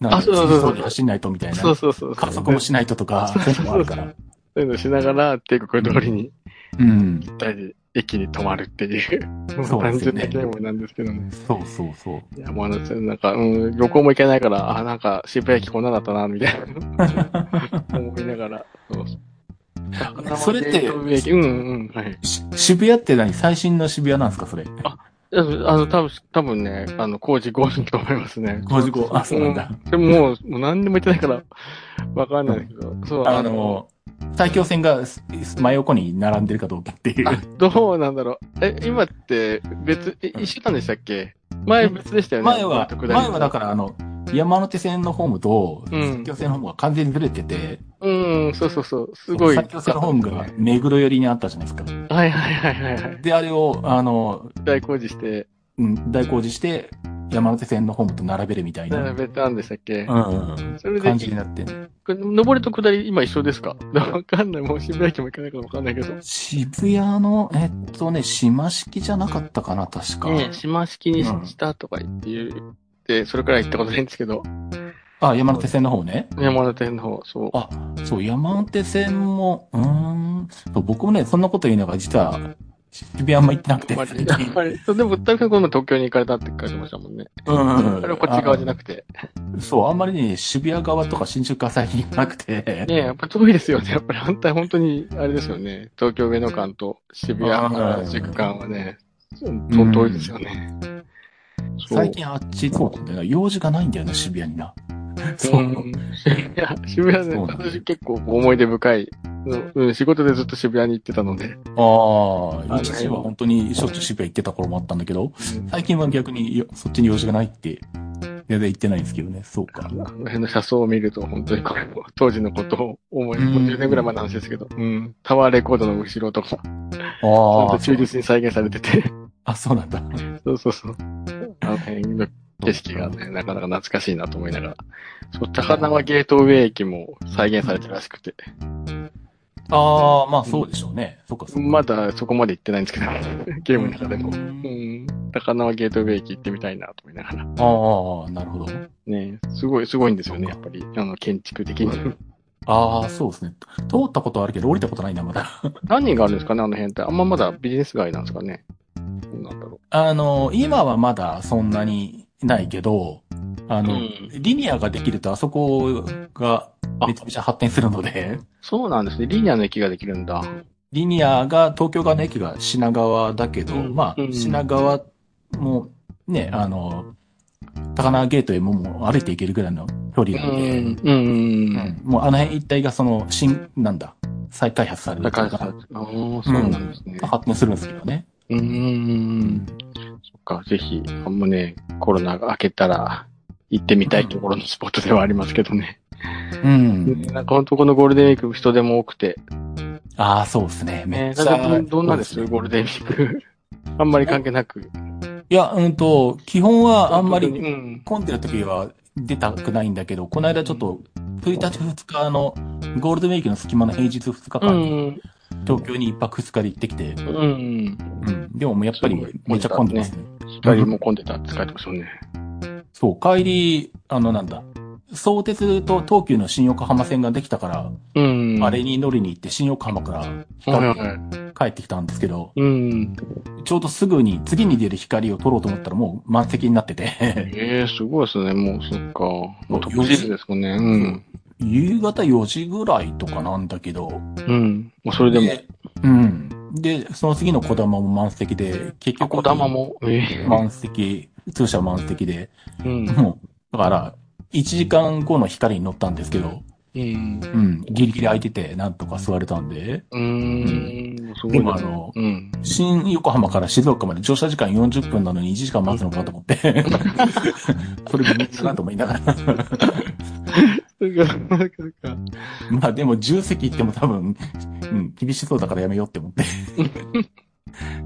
なんか
あそうそうそう
急いで走んないとみたいな。
そうそうそうそう。
加速もしないととか、そういうのもあるから。
そういうのしながら、帝国通りに
うん。
行ったり、駅に止まるっていう、
そうで
単
すよ
純
ね
なゲームなんですけどね。
そうそうそう。
いや、もうあの、なんか、うん、旅行も行けないから、あ、なんか渋谷駅こんなだったな、みたいな思いながら。そうそう
それって
ゲートウェイ駅うんうん、はい。
し渋谷って何最新の渋谷なんですかそれ。
あの、多分多分ね、あの、工事5だと思いますね。
工事後あそうなんだ
うん。でももう、もう何でも言ってないから、わかんないけど、そう、
あ、の、埼京線がすす真横に並んでるかどうかっていう。
あ どうなんだろう。え、今って別、え一週間でしたっけ前別でしたよね。。
前は、前はだかららあの、山手線のホームと、
うん
埼京線のホームが完全にずれてて、
うん、そうそうそう。すごい。
埼京線のホームが目黒寄りにあったじゃないですか。
はいはいはいはいはい。
で、あれを、あの、
大工事して、
うん大工事して、山手線のホームと並べるみたいな。
並べたんでしたっけ
うん。
それで
感、じになってんの
これ上りと下り今一緒ですか わかんない。もう渋谷駅も行かないからわかんないけど。
渋谷の、えっとね、島式じゃなかったかな、確か。
ね、島式に
うん
したとか言って言って、それくらい行ったことないんですけど、
あ、山手線の方ね。
山手線の方、そう。
あ、そう、山手線も、うーん、そう僕もね、そんなこと言うのが実は、渋谷あんま行ってなくて。
あんまり、あんまり。そうでも、たくさんこの東京に行かれたって書いてましたもんね。
うん。
あれはこっち側じゃな
く
くて。
て。そう、あんまりね、渋谷側とか新宿側最近行かなくて。
ねやっぱ遠いですよね。やっぱり反対、本当に、あれですよね。東京上野間と渋谷
あー
原宿間はね、
ん
と遠いですよね。 そう
最近あっち、そうなんだよな。用事がないんだよな、渋谷にな。そう。
んいや、渋谷ね、
そうなんだ
私結構思い出深い。うん、仕事でずっと渋谷に行ってたので。
ああ、一時は本当にしょっちゅう渋谷行ってた頃もあったんだけど、最近は逆によそっちに用事がないって、全然行ってないんですけどね。そうか
あ。の辺の車窓を見ると、本当にこう当時のことを思い、
うん
もう10年ぐらい前の話ですけど、うん、タワーレコードの後ろとか、ちゃん
あ
と
あ、
忠実に再現されて て、
あ、そうなんだ。
そうそうそう。あの辺の景色がね、なかなか懐かしいなと思いながら、そう、高輪ゲートウェイ駅も再現されてるらしくて、
ああ、まあそうでしょうね。そっかそっか。
まだそこまで行ってないんですけど、 ゲームの中でも。
う
うん、高輪ゲートウェイ駅行ってみたいなと思いながら。
ああ、なるほど。
ね、すごい、すごいんですよね、やっぱり。あの、建築的に。
ああ、そうですね。通ったことはあるけど、降りたことないな、まだ。
何人があるんですかね、あの辺って。あんままだビジネス街なんですかね。どうなんだろ
あの、今はまだそんなにないけど、あ
う。
の、リニアができるとあそこがめちゃめちゃ発展するので、
そうなんですね。リニアの駅ができるんだ。
リニアが、東京側の駅が品川だけど、
うん
まあ
う、ん
品川もね、あの、高輪ゲートへももう歩いていけるぐらいの距離なんで、
うん。うん。
うんもうあの辺一帯がその、新、なんだ、再開発される
だ
と
か
いう
ら
か
さ、ああ、そうなんですね。
発展するんですけどね。
うんうんうん。そっか、ぜひ、あんまね、コロナが明けたら、行ってみたいところのスポットではありますけどね。
うん。
なんか本当このゴールデンウィーク人でも多くて。
ああ、そうですね。め
ね
っ、ち
だ
ゃ。
からどどんなです
そうっね
ゴールデンウィーク。 あんまり関係なく。
いや、うんと、基本はあんま
う
り
ん。
混んでる時は出たくないんだけど、この間ちょっと、1日2日の、ゴールデンウィークの隙間の平日2日
う
間、
ん。
東京に1泊2日で行ってきて、
うん。
うん。でももうやっぱり
すごい
めっちゃ混んでますね。
二人も混んでたって書いてますよね。
そう、帰り、あの、なんだ、相鉄と東急の新横浜線ができたから、
うん。
あれに乗りに行って新横浜から
はい
光
はいは
って
い。
帰ってきたんですけど、
うん。
ちょうどすぐに、次に出る光を取ろうと思ったらもう満席になってて、
ええすごいですね。もう、そっか。もうトッ
4
プ
時
シーズンですもんね。うん。
夕方4時ぐらいとかなんだけど、
うん。もうそれでも。
でうん。で、その次の小玉も満席で、結
あ、
局、
小玉も。ええ
満席、通車満席で、
うん。
もう、だから、1時間後の光に乗ったんですけど、
うん。
うん、ギリギリ空いてて、なんとか座れたんで、
うーん。すご
で
い
もあ
な。
の、
うん。
新横浜から静岡まで乗車時間40分なのに1時間待つのかと思 って、それ微妙だなと思いながら。
なんかなんか
まあでも10席行っても多分、うん、厳しそうだからやめようって思って。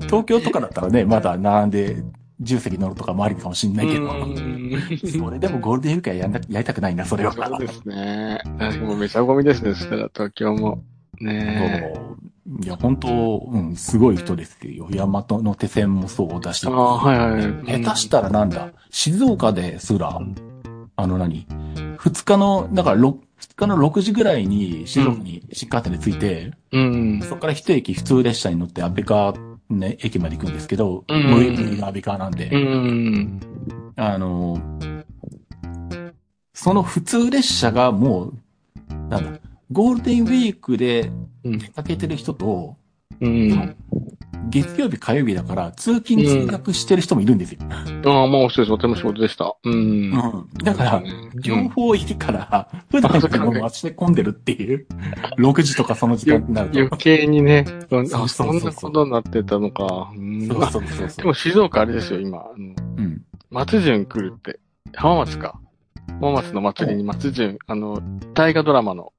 東京とかだったらね、まだ並んで10席乗るとかもありかもしんないけ
う
ど、
ーん
それでもゴールデンウィークはやんなやりたくないな、それは。
そうですね。もうめちゃゴミですね、そしたら東京も。ね
そういや、本当うん、すごい人ですよ。山手の手線もそうだし。
え。ああ、はいはい。
下手したらなんだ、静岡ですら、あの何、二日の、だからろ二日の6時ぐらいに静岡に新幹線で着いて、
うん。
そこから一駅普通列車に乗って安倍川、ね、駅まで行くんですけど、
うん
無理無理が安倍川なんで、
うん。
あの、その普通列車がもう、なんだ、ゴールデンウィークで
うん
出かけてる人と、
うん。
月曜日火曜日だから通勤通学してる人もいるんですよ。
ああ、まあ、そうです。私も仕事でした。うん。
うんだから、両方いるから、普段よりも街で混んでるって いう、6時とかその時間になる
余
と。
計にね、そん
そう
あ
そう
そ
そうんそう
なことになってたのか。うん
そうそうそう
あで
そう。
も静岡あれですよ、今。あの
うん。
松潤来るって。浜松か。浜松の祭りに松潤、あの、大河ドラマの。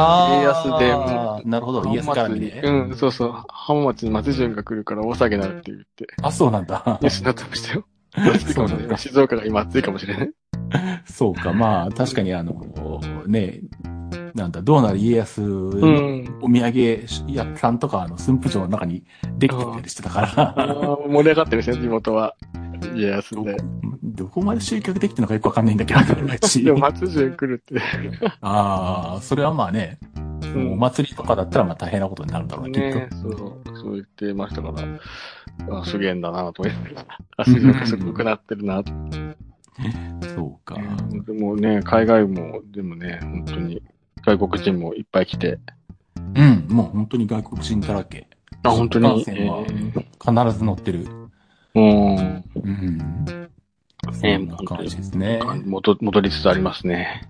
あ
家
あ
康
なるほど、家康
浜
絡
松
み
に、
で。
うん、そうそう。浜松に松潤が来るから大騒ぎになるって言って、
あ、そうなん だ
ニュー。スになってましたよ。
そうなんだ。
静岡が今暑いかもしれない。
そうか、まあ、確かにあの、ね、なんだ、どうなる家康
う
の
ん。
お土産屋さんとか、あの、駿府城の中にできてたりしてたから、
盛り上がってるですね、地元は。いや、すごい。
どこまで集客できてるのかよくわかんないんだけど、
でも松潤来るって。
ああ、それはまあね、
ん
お祭りとかだったらまあ大変なことになるんだろうね、きっ
ね
と。
そう、そう言ってましたから、あすげえんだなと思いながら、あ、すごくすごくなってるなと。
そうか。
でもね、海外も、でもね、本当に、外国人もいっぱい来て、
うん、もう本当に外国人だらけ。
あ、本当に、
新幹
え
線は必ず乗ってる。
ー
うん。そ
え
んな感じですね。
うん、戻戻りつつありますね。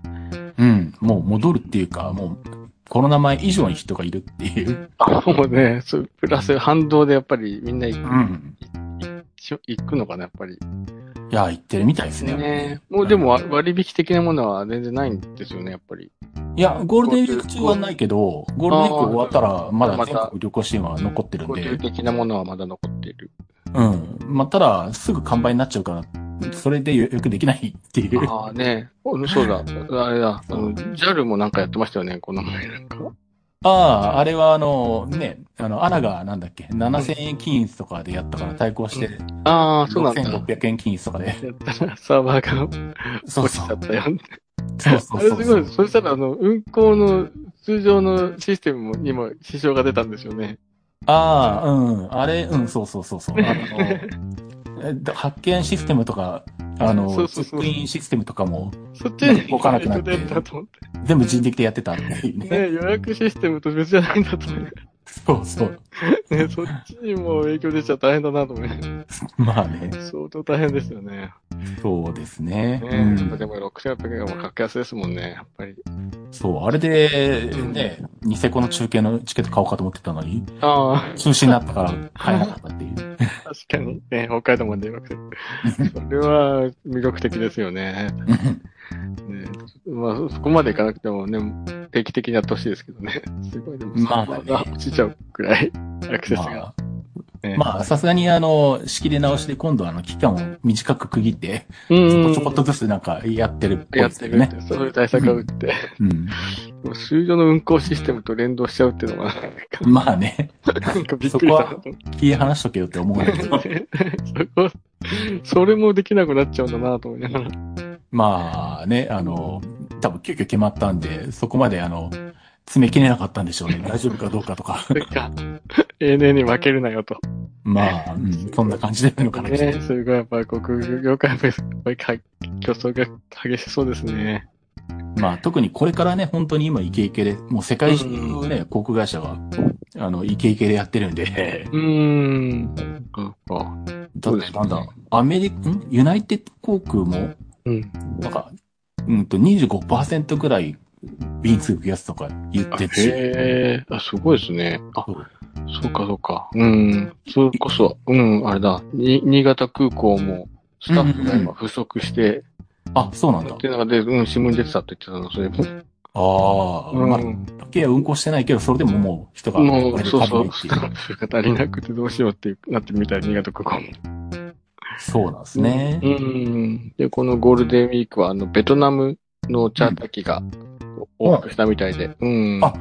うん、もう戻るっていうか、もうコロナ前以上に人がいるっていう。
あ、もうね、そう、プラス反動でやっぱりみんな行く
ん。
しょ行くのかな、やっぱり。
いや、行ってるみたいですね。
ねもうでもわ割引的なものは全然ないんですよね、やっぱり。
いや、ゴールデンウィーク中はないけど、ゴールデンウィーク終わったら、まだ
ま
全
た
国旅行支援は残ってるん
交
で。
流的なものはまだ残っている。
うん。まあ、ただ、すぐ完売になっちゃうから、それでよよくできないっていう。
ああね、おそうだ、あれだ、あの、JAL もなんかやってましたよね、この前なんか。
ああ、あれはあの、ね、あの、アナがなんだっけ、7000円均一とかでやったから対抗して、
ああ、そうなんだ。
6600円均一とかで。
やったらサーバーが
そう
落ち
そ
ちゃっ
う。
たよ。
そうそ
あ
う
れ
そ
す
う
ごい、そしたらあの、運行の通常のシステムにも支障が出たんですよね。
ああ、うん。あれ、うん、そうそうそうそう。あの、 えだ発見システムとか、あ
そ
の、
う
チ
そ
ェ
う
ッ
そう
クインシステムとかも、
そっちに
動かなくなって
出たと思っ
全部人力でやってたっていう
て。
ね。
ね、予約システムと別じゃないんだと思う。
そうそう。
ね、そっちにも影響出ちゃ大変だなと思う。
まあね、
相当大変ですよね。
そうですね。
ね、
うん
やっぱでも6800円は格安ですもんね、やっぱり。
そう、あれで、ね、ニセコの中継のチケット買おうかと思ってたのに、
ああ。
中止になったから買えなかったっていう。
確かに。ね、北海道までなくて。それは魅力的ですよね。ねまあ、そこまで行かなくてもね、定期的にやってほしいですけどね。 すごい、でも、
まあ
サーバーが落ちちゃうくらい、アクセスが。
ま
ね
あ、まあ、さすがにあの、仕切り直しで今度はあの、期間を短く区切って、
うん
ちょ
う
こ
ん
ちょこっとずつなんかやってるっぽい
や
で
っ
す
て
よ
るっ
ね。
て、そういう対策を打 って、
うん。
もう通常の運行システムと連動しちゃうっていうのは、なんか
まあね、
なんかびっくりした なと思って。
気離しとけよって思うんだ けど。
そこ、それもできなくなっちゃうんだなと思いながら。
まあね、あの、多分急遽決まったんで、そこまであの、詰め切れなかったんでしょう ね。大丈夫かどうかとか。
なんか、ANA に負けるなよと。
まあ、うん、そんな感じでいいのかな。きっと
ね、すごい、やっぱ航空業界もやっぱりか競争が激しそうですね。
まあ、特にこれからね、本当に今イケイケで、もう世界中のね、航空会社が、あの、イケイケでやってるんで、
うーん。そうか。
だ
そう
っ
で
て
すね
なんだ、アメリカ、んユナイテッド航空も、
うん。
なんか、うんと25%ぐらい便数増やすとか言ってて、
へえ、あ、すごいですね。あ
そう、
そうかそうか。うん。それこそ、うん、あれだ。に、新潟空港も、スタッフが
うんうんう
今不足して、
あ、そうなんだ。
っていうのがで、うん、新聞に出てたって言ってたの、それも。
ああ、
うん
まあ、だけは運行してないけど、それでももう人が
も
これ
う、
で
そう
足り
そ、
ないうって
ス
い
タッフが足りなくてどうしようってなってみたい、新潟空港も。
そうなんですね。
うん。で、このゴールデンウィークは、あの、ベトナムのチャーター機が往復したみたいで。うん。
あ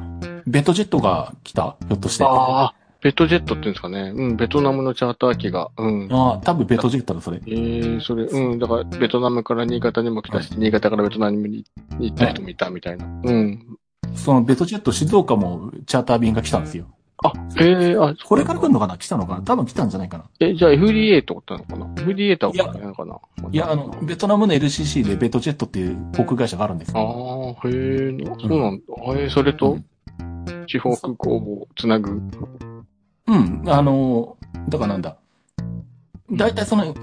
ベッドジェットが来たひょっとして。あ
あー、ベトジェットって言うんですかね。うん、ベトナムのチャーター機が。うん。
あ、多分ベッドジェットだ、それ。
ええー、それ、うん、だから、ベトナムから新潟にも来たし、新潟からベトナムに行った人もいたみたいな。うん。
そのベッドジェット静岡もチャーター便が来たんですよ。
あ、ええー、あ、
これから来るのかな来たのかな多分来たんじゃないかな。
え、じゃあ FDA ってことなのかな ?FDA ってことなのかない
いや、あの、ベトナムの LCC でベッドジェットっていう航空会社があるんです
あ
よ。
あ、へえ、そうなんだ。ええ、それと、地方空港をつなぐ。
うん、あの、だからなんだ。大体その、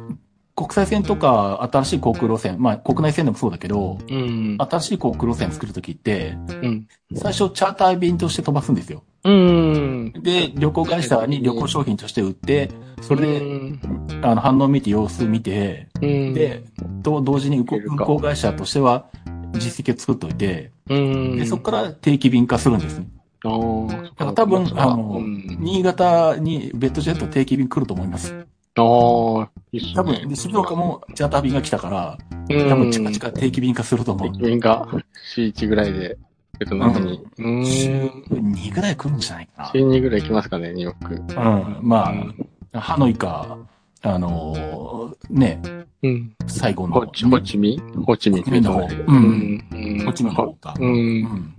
国際線とか新しい航空路線、まあ国内線でもそうだけど、
うん。
新しい航空路線作るときって、
うん。
最初チャーター便として飛ばすんですよ。
うん。
で、旅行会社に旅行商品として売って、それ
う
で、
ん
あの、反応見て、様子見て、
うん。
で、と同時に運
いける
航
か
運航会社としては実績を作っておいて、
うん。
で、そこから定期便化するんですね。
ああ、
だから多分あの
うん
新潟にベッドジェット定期便来ると思います。
ああ、いいっすね。
多分、で静岡もチャーター便が来たから、
うん、
多分近々定期便化すると思う。
便が C1 ぐらいで、ベトナムに。うーん。
週
ん
2ぐらい来るんじゃないか
C2 ぐらい行きますかね、ニューヨーク。
な。うん。ま
うん
あ、ハノイか、あのーね、
うん。
最後の、
ホチ、ホチミンホチミン
ホチミンの方
ベト
う
ナ
ん
ムうん。うん
こっちの方か。
う。
うんん。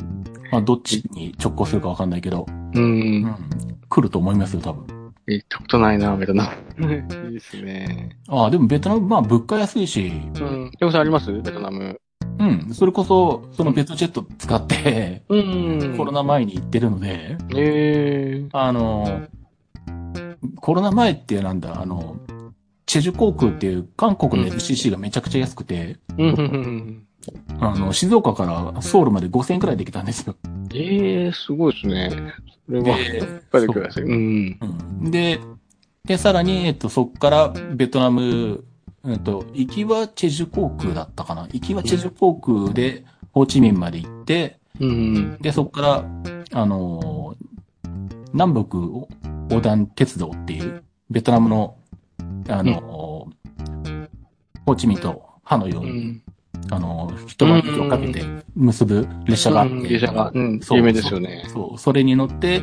まあ、どっちに直行するかわかんないけど、う
う。
んん。来ると思いますよ、多分。
行ったことないな、ベトナム。いいですね。
ああ、でもベトナム、まあ、物価安いし、
うん。ケムさんありますベトナム。
うん。それこそ、そのベッドジェット使って、
うん
コロナ前に行ってるので、
ええ。
あの、コロナ前ってなんだ、あの、チェジュ航空っていう韓国の
うん
LCC がめちゃくちゃ安くて、
うんうんうん。
あの、静岡からソウルまで5000円くらいできたんですよ。
ええ、すごいですね。それは、
で
やっぱりください。うん。
うんで、で、さらに、えっと、そこからベトナム、えっと、行きはチェジュ航空だったかな。行きはチェジュ航空で、ホーチミンまで行って、
うん。
で、そこから、あのー南北横断鉄道っていう、ベトナムの、あのーホーチミンとハノイを、
うん。
あのー一晩以上かけて結ぶ列車があって、
うん、車が、うん、
そう
有名ですよね。
そう、それに乗って、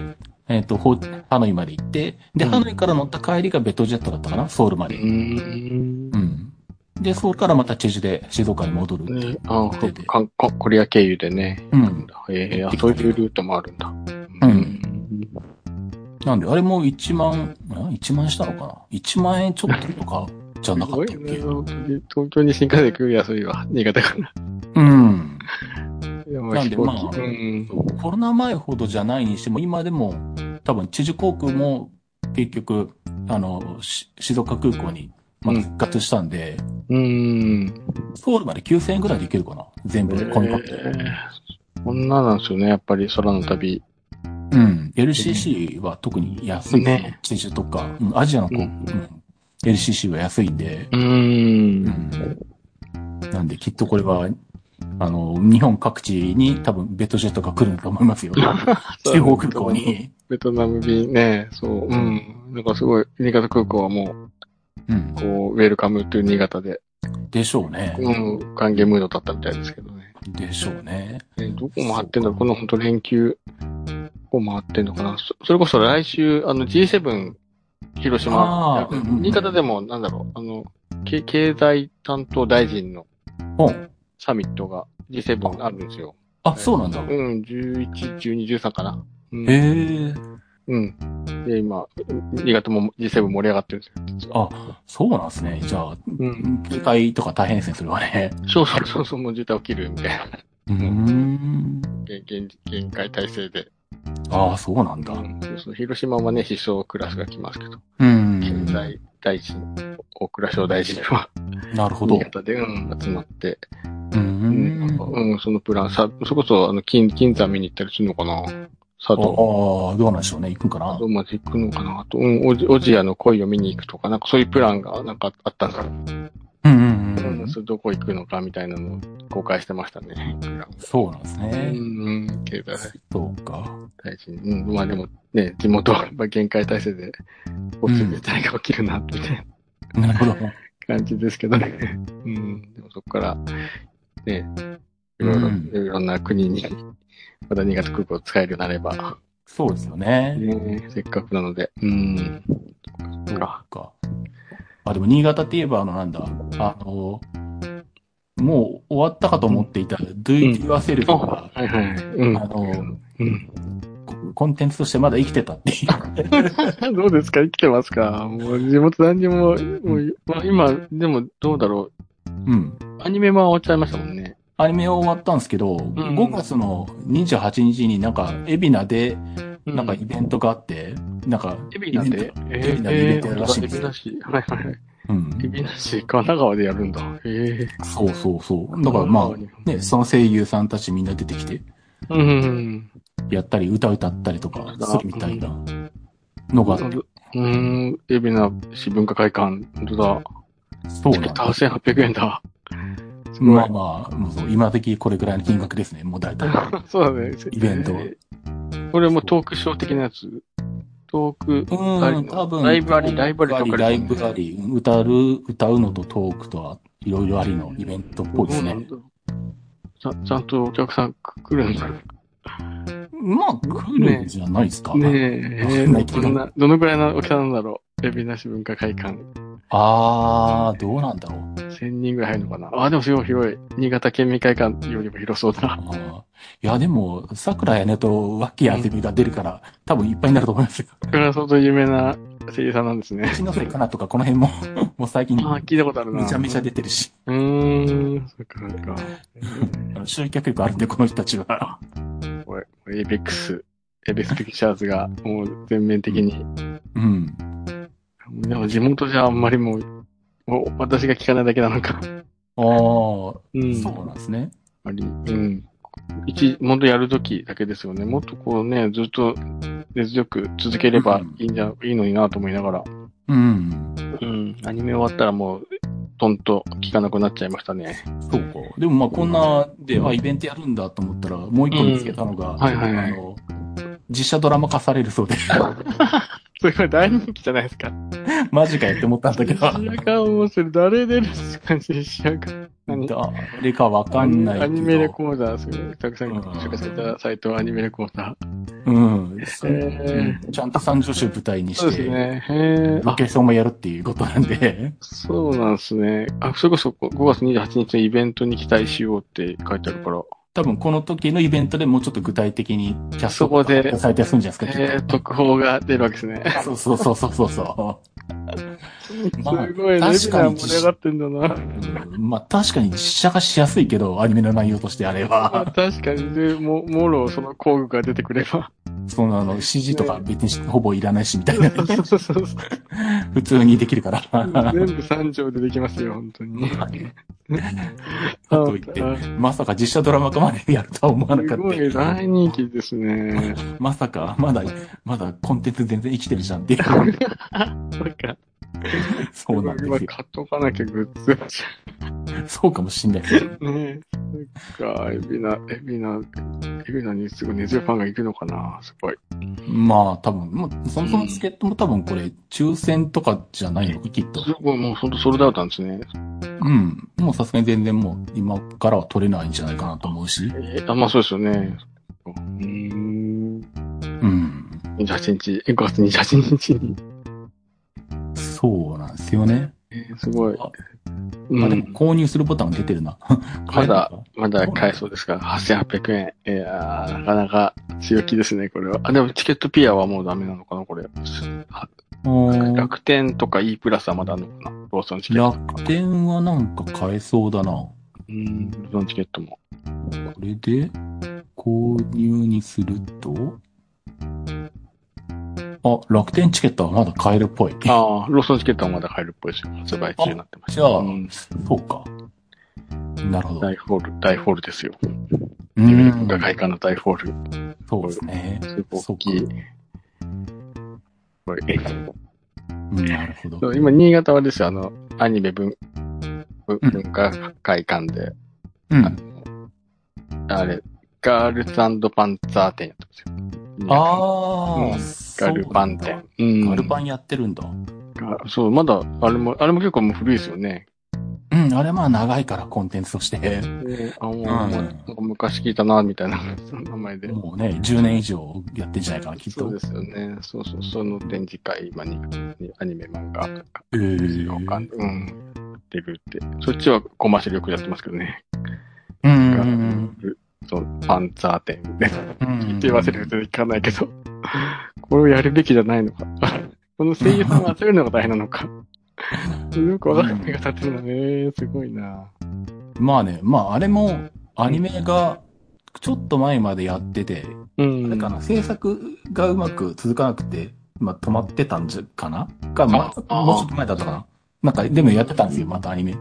えっ、と、ホハノイまで行って、で、
うん
ハノイから乗った帰りがベトジェットだったかな、ソウルま
う
で。
ん
う。ん。で、ソウルからまたチェジュで静岡に戻る。
ね、あ
出て
韓国、コリア経由でね。
うん。。
ええあ、そういうルートもあるんだ。うん
なんで、あれも1万、ん ?1 万したのかな ?1 万円ちょっととかじゃな
す
かっ
ごい
たっ
ね
け
東京に新幹線来るやついわ、新潟から。
うん。
で も
なんでまあ
飛行機うん。
コロナ前ほどじゃないにしても、今でも、多分、チェジュ航空も、結局、あの、し静岡空港に、まあ、復活したんで、
うん。
ソウルまで9000円ぐらいで行けるかな全部で、込み込みで。
ええこんななんですよね、やっぱり空の旅。
うん。LCC は特に安い。
ね
ね。チェジュとか、うんアジアの航空、う
う
んん LCC は安いんで、
う。
うんん。なんで、きっとこれは、あの、日本各地に多分ベッドジェットが来ると思い ますよ。地方空港に。
ベトナム便ね、そう、うん。なんかすごい、新潟空港はも
うん
う、。こう、ウェルカムという新潟で、
でしょうね。
うん、歓迎ムードだったみたいですけどね。
でしょうね。
ねどこ回ってんだろうこの本当連休、どこ回ってんのかなそそれこそ来週、あの G7、広島
あ、ーうんうんうん
新潟でも、なんだろう、あの、け経済担当大臣の
ほう。
サミットが G7 あるんですよ。
あ、そうなんだ。へ
うん、11、12、13かな。うん。
え。
うん。で、今、新潟も G7 盛り上がってるんですよ。
あ、そうなんですね。じゃあ、
うん。
警戒とか大変ですね、それはね。
そうそうそうそう、もう渋滞起きるみたいな。
うーん。
げ限限界体制で。
ああ、そうなんだ
う。んそうそう広島はね、必勝クラスが来ますけど。
うん。
経済大臣、大蔵省大臣は、
なるほど
新。潟で、うん、集まって、
う
なん
ん
か。うん、そのプラン、さ、それこそ、あの、金、金山見に行ったりするのかな佐
ああ
藤。
ー、どうなんでしょうね。行くんかな
佐。藤まで行くのかなあと、うん、おじ、おじやの恋を見に行くとか、なんかそういうプランが、なんかあったんかな。
うんうんう
うんん、。それどこ行くのかみたいなのを公開してましたね。いくら
そうなんです
う
ね。
ん、うん、経済
そうか。
大臣。うん、まあでも、ね、地元はやっぱ限界体制で、おつみたいが起きるな、みたいな。
なるほど。
感じですけどね。うん。でもそこから、ね、いろいろ、
うん
いろんな国に、また新潟空港使えるようになれば、
そうですよね。
ね、せっかくなので、うん。
そう
か
か。あ、でも新潟って言えば、あの、なんだ、あの、もう終わったかと思っていた、Do It Yourself
あ、
が
は、いはい。うん。
あの
うん。
ココンテンツとしてまだ生きてたっていう。
どうですか生きてますかもう地元何にも、もう、まあ、今、でもどうだろ
うん。
う。アニメも終わっちゃいましたもんね。
アニメは終わったんですけど、
ん
5月の28日になんか、海老名で、
う
なんかイベントがあって、なんか、
エビナで、
エビナでイベントやるらしいん
エ
です
ビ
よ
ナ市。はいはいはい。
うん。
エビナ市、神奈川でやるんだ。え
そうそうそう。
え。
だからま
神奈
あ、ね、その声優さんたちみんな出てきて、
川に。うん。
やったり、歌歌ったりとかするみたいなのが、
うーん、海老名市文化会館、本当だ。
そう
チケ
な
ッ
ん
ト
だ。
8800円だ。すごい。
まあまあ、もうそう今時これぐらいの金額ですね、もう大体。
そうだね。
イベント
これもトークショー的なやつ。トーク、
うん、多分。
ライブありライブありとかですね
ライブあり、歌る、歌うのとトークとは、いろいろありのイベントっぽいです
どうな
ね
ん。だろうちゃんちゃんとお客さんく来るんだね
まあ、来るんじゃないですか。
え、え
わかんない
ー
けど
どんな、どのぐらいのお客さんなんだろう海老名市文化会館。
あー、どうなんだろう。
1000人ぐらい入るのかなあ、でもすごい広い。新潟県民会館よりも広そうだ。
あーいや、でも、桜やねと脇やあみが出るから、多分いっぱいになると思いますよ。
これは相当有名な声優さんなんですね。
一ノ瀬かなとか、この辺も、 もう最近、
あー、聞いたことあるな。
めちゃめちゃ出てるし、
うーん、そっかそっか。
あの集客力あるんで、この人たちは。
これ、これエイベックス、エイベックスピクチャーズがもう全面的に。
うん。
でも地元じゃあんまりもう、もう私が聞かないだけなのか。。
ああ、そううんなんですね。
あり、うん。一、本当やるときだけですよね。もっとこうね、ずっと根強く続ければいいんじゃ、いいのになと思いながら。
うん。
うん。アニメ終わったらもう、とんと聞かなくなっちゃいましたね。
そうか。でもまあこんなで、あ、イベントやるんだと思ったら、もう一個見つけたのが、
んはいはいはい
あの、実写ドラマ化されるそうで、
すごい大人気じゃないですか。
マジかよって思ったんだけど、あ
石川もする。誰出るんですか、石川。何
れかわかんないけど。
アニメレコーダー、すごい。たくさん
うん
紹介されたサイトはアニメレコーダー。
うん。そ
へ
う
ー
ちゃんと三女子を舞台に
そう
し
です
て、
ね。へえ。
ロ
あ、
ケーションもやるっていうことなんで、
そうなんですね。あ、それこそこ5月28日のイベントに期待しようって書いてあるから。
多分この時のイベントでもうちょっと具体的にキャストが発表されたりするんじゃないですか、
えー、特報が出るわけですね。
きっと。そうそうそうそうそう。
す
まあ
ごいね。
確かに
盛り上がってんだな。
うんまあ確かに実写化しやすいけど、アニメの内容としてあれ
まあ
は。
確かに、で、も、もろその工具が出てくれ ば。
そのあの CG とか別にほぼいらないしみたい
そ
な
う。そうそうそう。
普通にできるから。あ
全部三条でできますよ、本当に。
と言って、まさか実写ドラマ化までやるとは思わな
す
か
ご
っ
い大人気ですね。
た。まさか、まだ、まだコンテンツ全然生きてるじゃんっていう。
なん か、
そうなんです
今
よ。
買っとかなきゃグッズ。
そうかもしんないけど。
ねえ。そっか、エビナ、エビナ、エビナにすごい根強いファンがいるのかなすごい。
まあ多分、もうそもそもチケットも多分これ抽選とかじゃないのかきっと。
すごい、もうほんとソールドアウトなんですね。
うん。もうさすがに全然もう今からは取れないんじゃないかなと思うし。
えーあ、まあそうですよね。うーん。
うん。
28日、え5月28日に。
そうなんですよね。
えーすごい。
あ
う
あ、でも
ん。
購入するボタン出てるな。
ま だ、まだ買えそうですか ?8800 円。いやーなかなか強気ですね、これは。あ、でもチケットピアはもうダメなのかなこれ。は
楽
楽天とか E プラスはまだあるのかなローソンチケット。
楽天はなんか買えそうだな。こ
うん、ローソンチケットも。
れで、購入にすると、あ、楽天チケットはまだ買えるっぽい。
ああ、ローソンチケットはまだ買えるっぽいですよ。発売中になってまし
じ
た。
ゃあ
うん
そうか。なるほど。
大ホール、大ホールですよ。
う
デベロップ
ん
が。開花の大ホール。
そうですね。
すごい大きい。これ
うんなるほど。
そう今、新潟はですよ、あの、アニメ文、文
うん
文化会館で、
うん。
あれ、ガールズパンツァー店やってますよ。
あ
う
あ、
ん
そ
ガ
うな
ル
んだ
パン店。。うん。
ガルパンやってるんだ。
あそう、まだ、あれも、あれも結構もう古いですよね。
うん、あれまあ長いから、コンテンツとして。
あ、もう、
ん
なんか昔聞いたな、みたいな名前で。
もうね、10年以上やってんじゃないかな、きっと。
そうですよね。そうそう、その展示会、今に、アニメ漫画、
え
資料館
ー、
うん、やってるって。そっちはコマーシャルよくやってますけどね。
うん
ガ
う
ル
ん
そう、パンツァー店で。
うん。
って言わせるといかないけど、これをやるべきじゃないのか。 この声優さんを集めるのが大変な のか。よくわかんないが立てるのね。すごいな。
まあね、まああれも、アニメが、ちょっと前までやってて、
うん。
あれかな、制作がうまく続かなくて、まあ止まってたんじゃ、かなか、ま
あ
あ、もうちょっと前だったかななんか、でもやってたんですよ、またアニメ。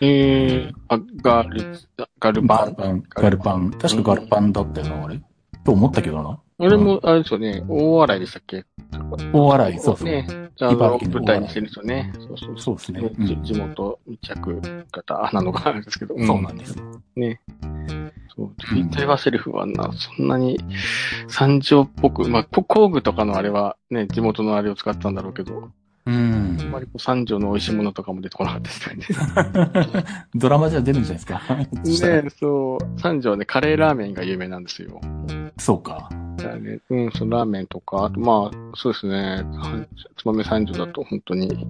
えー、あ、ガール、ガル
ガ
バン。
ルパン。ガルパン。確かガルパンだったよな、あれ。と思ったけどな。
俺も、あれですよね、大洗でしたっけ
大洗い、そうそう。
ね。あの、
茨城の大洗
舞台にしてるんですよね。そうそう
そうですね。う
地
ん
地元密着型なのかなんですけど。
そうなんです。
ね。そう。フィーターバセルフはあんな、そんなに、山頂っぽく、まあ、こ工具とかのあれは、ね、地元のあれを使ったんだろうけど、
うん
あんまりこう、山頂の美味しいものとかも出てこなかったですね。
ドラマじゃ出るんじゃないですか。 そしたら
ねそう。山頂はね、カレーラーメンが有名なんですよ。
そうか。
だからねうん、そのラーメンとか、あとまあ、そうですね、山つまめ山頂だと本当に、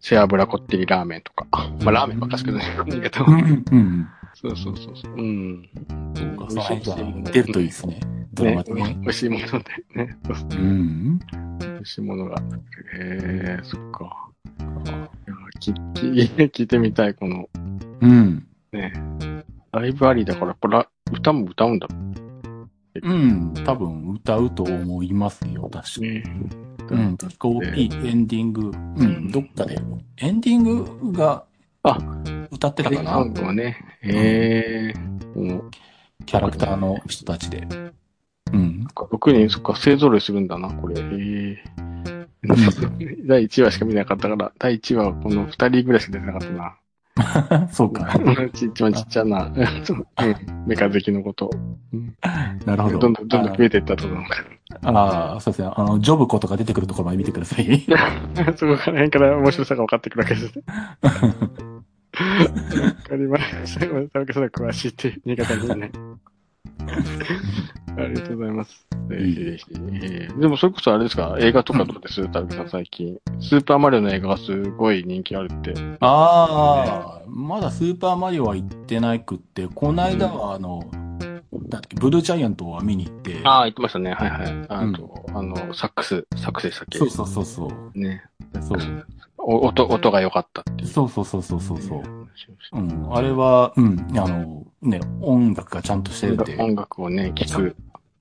背脂こってりラーメンとか、まあ、ラーメンばっかですけどね、新潟
う
は。
ん。うん
そうそうそうそう。うん。
そうか、その
美味しい
辺が出るといいですね。ドラ
ね
マでね。
美味しいものでね。そうそう
うん。
美味しいものが。へえ、そっか。いや聞き 聞いてみたい、この、
うん。
ね。ライブありだから、これ、歌も歌うんだ
うん。多分歌うと思いますよ、確か
ね。
うん。結構いいエンディング。うん。どっかで。エンディングが、
あ
歌ってた
カリ
か
ー
な
ハンドはね。へえ。もう、
キャラクターの人たちで。 うん。
6人、そっか、勢ぞろいするんだな、これ。へえ。第1話しか見なかったから、第1話はこの2人ぐらいしか出てなかったな。
そうか。
ち 一番ちっちゃな、うん メカ好きのこと。
なるほど。
どんどん、どんどん増えていったと思うか
ああ、そうですね。あの、ジョブ子とか出てくるところまで見てくださ い。
ら。そこから辺から面白さが分かってくるわけです ね。わかりました。ごめんなさい。さんが詳しいって、新潟です ね。ありがとうございます。ぜひぜひ。えーでもそれこそあれですか、映画とかどうです田辺さん最近。スーパーマリオの映画がすごい人気あるって。
ああ、まだスーパーマリオは行ってないくって、この間はあの、だっけ、ブルージャイアントは見に行って、
ああ、言ってましたね。はいはい。あと、あの、サックス、サックスでしたっけ
そうそうそうそう。
ね。
そう
お音、音が良かったっていう。
そうそうそうそうそうそう。う、
うん
あれは、うん、あの、ね、音楽がちゃんとしてるん
ん、
で、
音楽をね、聞く。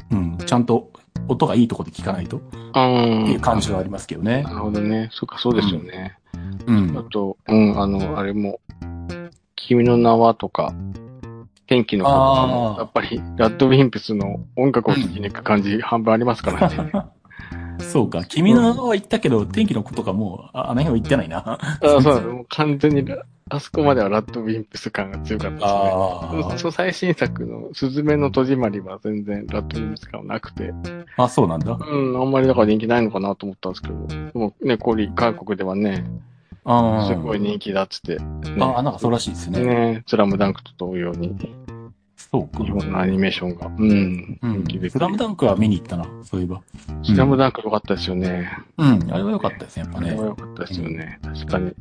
うん、ちゃんと音がいいとこで聞かないとって
うん
いう感じはありますけどね
な。るほどね。そっか、そうですよね。
うん
あ。と、うん、あの、あれも、君の名はとか、天気の子とかも
あ、ー
やっぱり、ラッドウィンプスの音楽を聴きに行く感じ、半分ありますから ね。
そうか、君の名は言ったけど、天気のことかもう、ああの辺は言ってないな。
あそうだもう完全にラ、あそこまではラッドウィンプス感が強かったですね。
あ
その最新作の、すずめの戸締まりは全然ラッドウィンプス感はなくて、
あ、あ、そうなんだ。
うん、あんまりだから人気ないのかなと思ったんですけど、でもね、これ、韓国ではね、
ああ、
すごい人気だっつって、ね
ああ、なんかそうらしいですね。
ね、スラムダンクと同様に、
そうか
日。本のアニメーションが、うん、
う
人気で
ん。スラムダンクは見に行ったな、そういえば。
スラムダンク良かったですよね。
うん。あれは良かったですね、やっぱ
あれ
ね
は。良かったですよね。確かに。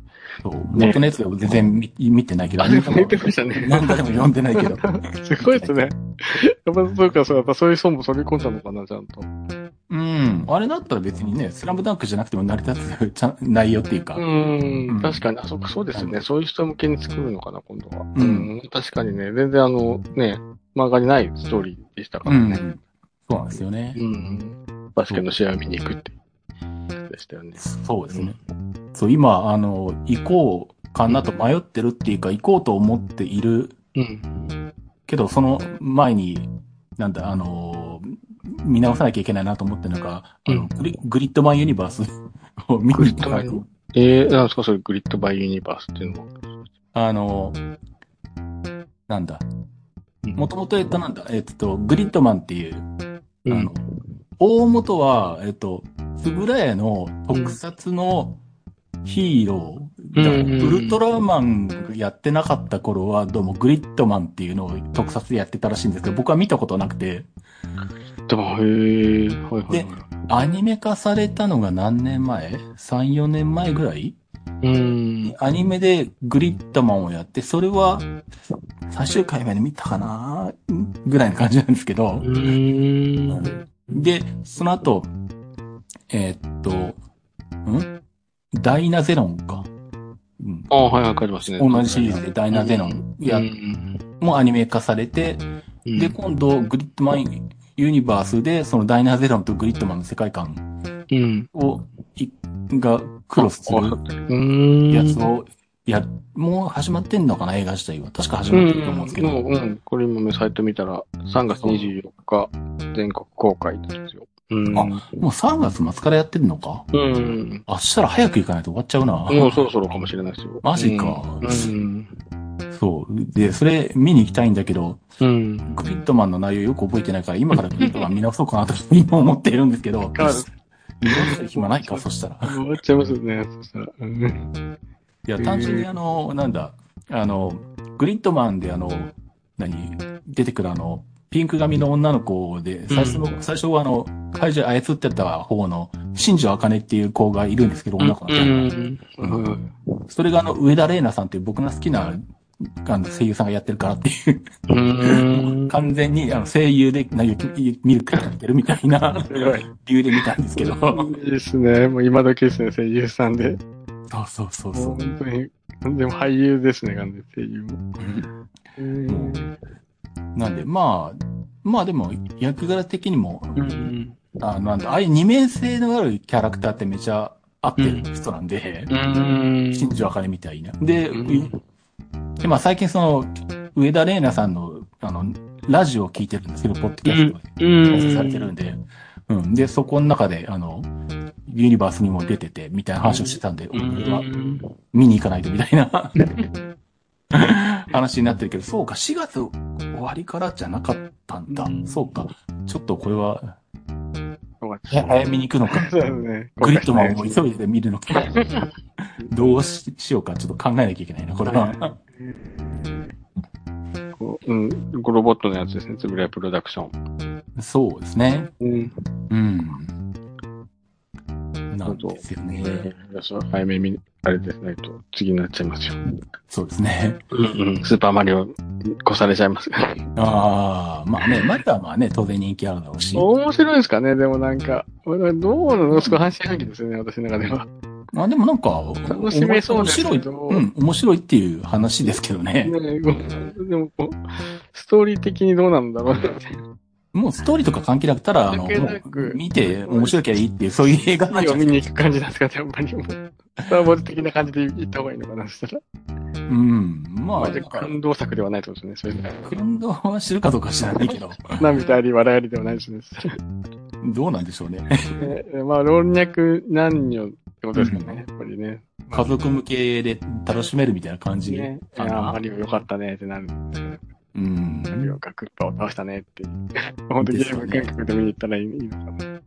そう。
ね
僕のやつは全然見見てないけど、
あれも言ってましたね。
漫画でも読んでないけど。
すごいですね。やっぱそうか、そう、やっぱそういう層も取り込んだのかな、ちゃんと。
うん。あれだったら別にね、スラムダンクじゃなくても成り立つちゃん内容っていうか。
う、
うんん
確かに。あ、そうか、そうですよね。そういう人向けに作るのかな、今度は。
う
うんん、確かにね。全然あの、ね、漫画にないストーリーでしたか
う
ら
ん。
ね。
そうなんですよね。
うん。バスケの試合を見に行くって。でしたよね。
そうですね。そう、今、あの、行こうかなと迷ってるっていうか、行こうと思っている
うん。
けど、その前に、なんだ、あのー見直さなきゃいけないなと思ってるのが、あ
う
の
ん
グリグリッドマンユニバースを見
グ
に
リ
行っ
ッド
た
バイえー、なんですかそれグリッドバイユニバースっていうのは。
あのーなんだ、
うん
もともと、えっと、なんだ、えっと、グリッドマンっていう、
う
あ
ん
の。、大元は、えっと、つぶらやの特撮のヒーローが、
うんうんうん
ウルトラマンやってなかった頃は、どうもグリッドマンっていうのを特撮でやってたらしいんですけど、僕は見たことなくて、
でも、へえー、はいはい
で
は
アニメ化されたのが何年前 ?3、4年前ぐらい
い。うん。
アニメでグリッドマンをやって、それは最終回まで見たかなぐらいの感じなんですけど、
うん。
で、その後、えーっと、んダイナゼロンか。うん。
ああ、はいはい、わかりますね。
同じシリーズでダイナゼロンや、
うん
もうアニメ化されて、
うん
で、今度、グリッドマンユニバースで、そのダイナゼロンとグリッドマンの世界観
うん。
を、いがクロスする
うん。
やつを、いや、もう始まってんのかな映画自体は。確か始まってると思うんですけど。
うん、うんうんこれ今、サイト見たら、3月24日、全国公開ですよ。うん。
あもう3月末からやってるのか
うん。
あ、したら早く行かないと終わっちゃうな。
もうそろそろかもしれないですよ。
マジか
うん。
そう。で、それ見に行きたいんだけど、
うん。
グリッドマンの内容よく覚えてないから、今からグリッドマン見直そうかなと今思ってるんですけど、見直す暇ないか、そしたら。
終わっちゃいますね、そしたら。うん。
いや、単純にあの、なんだ、あの、グリッドマンであの、何、出てくるあの、ピンク髪の女の子で、最初の、最初はあの、怪獣操ってた方の、新庄茜っていう子がいるんですけど、女の子
う
なんです
ん。うん
けどそれがあの、上田玲奈さんっていう僕の好きな、あの、声優さんがやってるからっていう。
うん。
完全にあの声優でな見るからやってるみたいな理由で見たんですけど。そう
いいですね。もう今時ですね、声優さんで。
そうそうそ
もう
う。
本当に、でも俳優ですね、完全に声優も。
んなんで、まあ、まあでも役柄的にも、
うん。
あなんだ、ああいう二面性のあるキャラクターってめちゃ合ってる人なんで、
うん
新庄茜みたいな。で、
うん
でまあ最近その、上田玲奈さんの、あの、ラジオを聞いてるんですけど、ポッドキャストで。放送されてるんで、うん。で、そこの中で、あの、ユニバースにも出てて、みたいな話をしてたんで、
う
俺は
ん。
見に行かないとみたい な話になってるけど、そうか、4月終わりからじゃなかったんだ。
うん
そうか。ちょっとこれは、
よかっ
は
た
早めに 行くのか。
そうですね。
グリッドマンを急いで見るの か。どうししようか、ちょっと考えなきゃいけないな、これは。
こううん。こうロボットのやつですね、つぶらやプロダクション。
そうですね。
うん。
うん。なんですよね。
私は早めに、あれですね、と、次になっちゃいますよ。
そうですね。
うんうん。スーパーマリオ、越されちゃいますから。
ああ、まあね、マリオはまあね、当然人気あるだろうし。
面白いですかね、でもなんか。俺どうなのすごい半信半疑ですよね、私の中では。
まあでもなんか、
楽しめそうですけど
面白い。うん、面白いっていう話ですけどね。
ねごでもこう、ストーリー的にどうなんだろうって。
もうストーリーとか関係なくたら、あの、
関係なく
もう見て面白きゃいいっていう、そういう映画なんじゃ
を
な
見
い
に行く感じなんですかね、やっぱりもう。スター・ウォーズ的な感じで行った方がいいのかな、そしたら。
うん。まあ、
ま
なん
あ、
か、
感動作ではないってことですね、それ。
感動は知るかどうか知らないけど、
涙あり、笑いありではないですね。そしたら
どうなんでしょうね。
ね まあ、老若男女ってことですかね、やっぱりね。
家族向けで楽しめるみたいな感じ。
ね。い
あ
や
の
マリオ良かったねってなる。
う
マリ
ん。
オがクッパを 倒したねって。本当にゲーム感覚で見に行ったらいいのかな。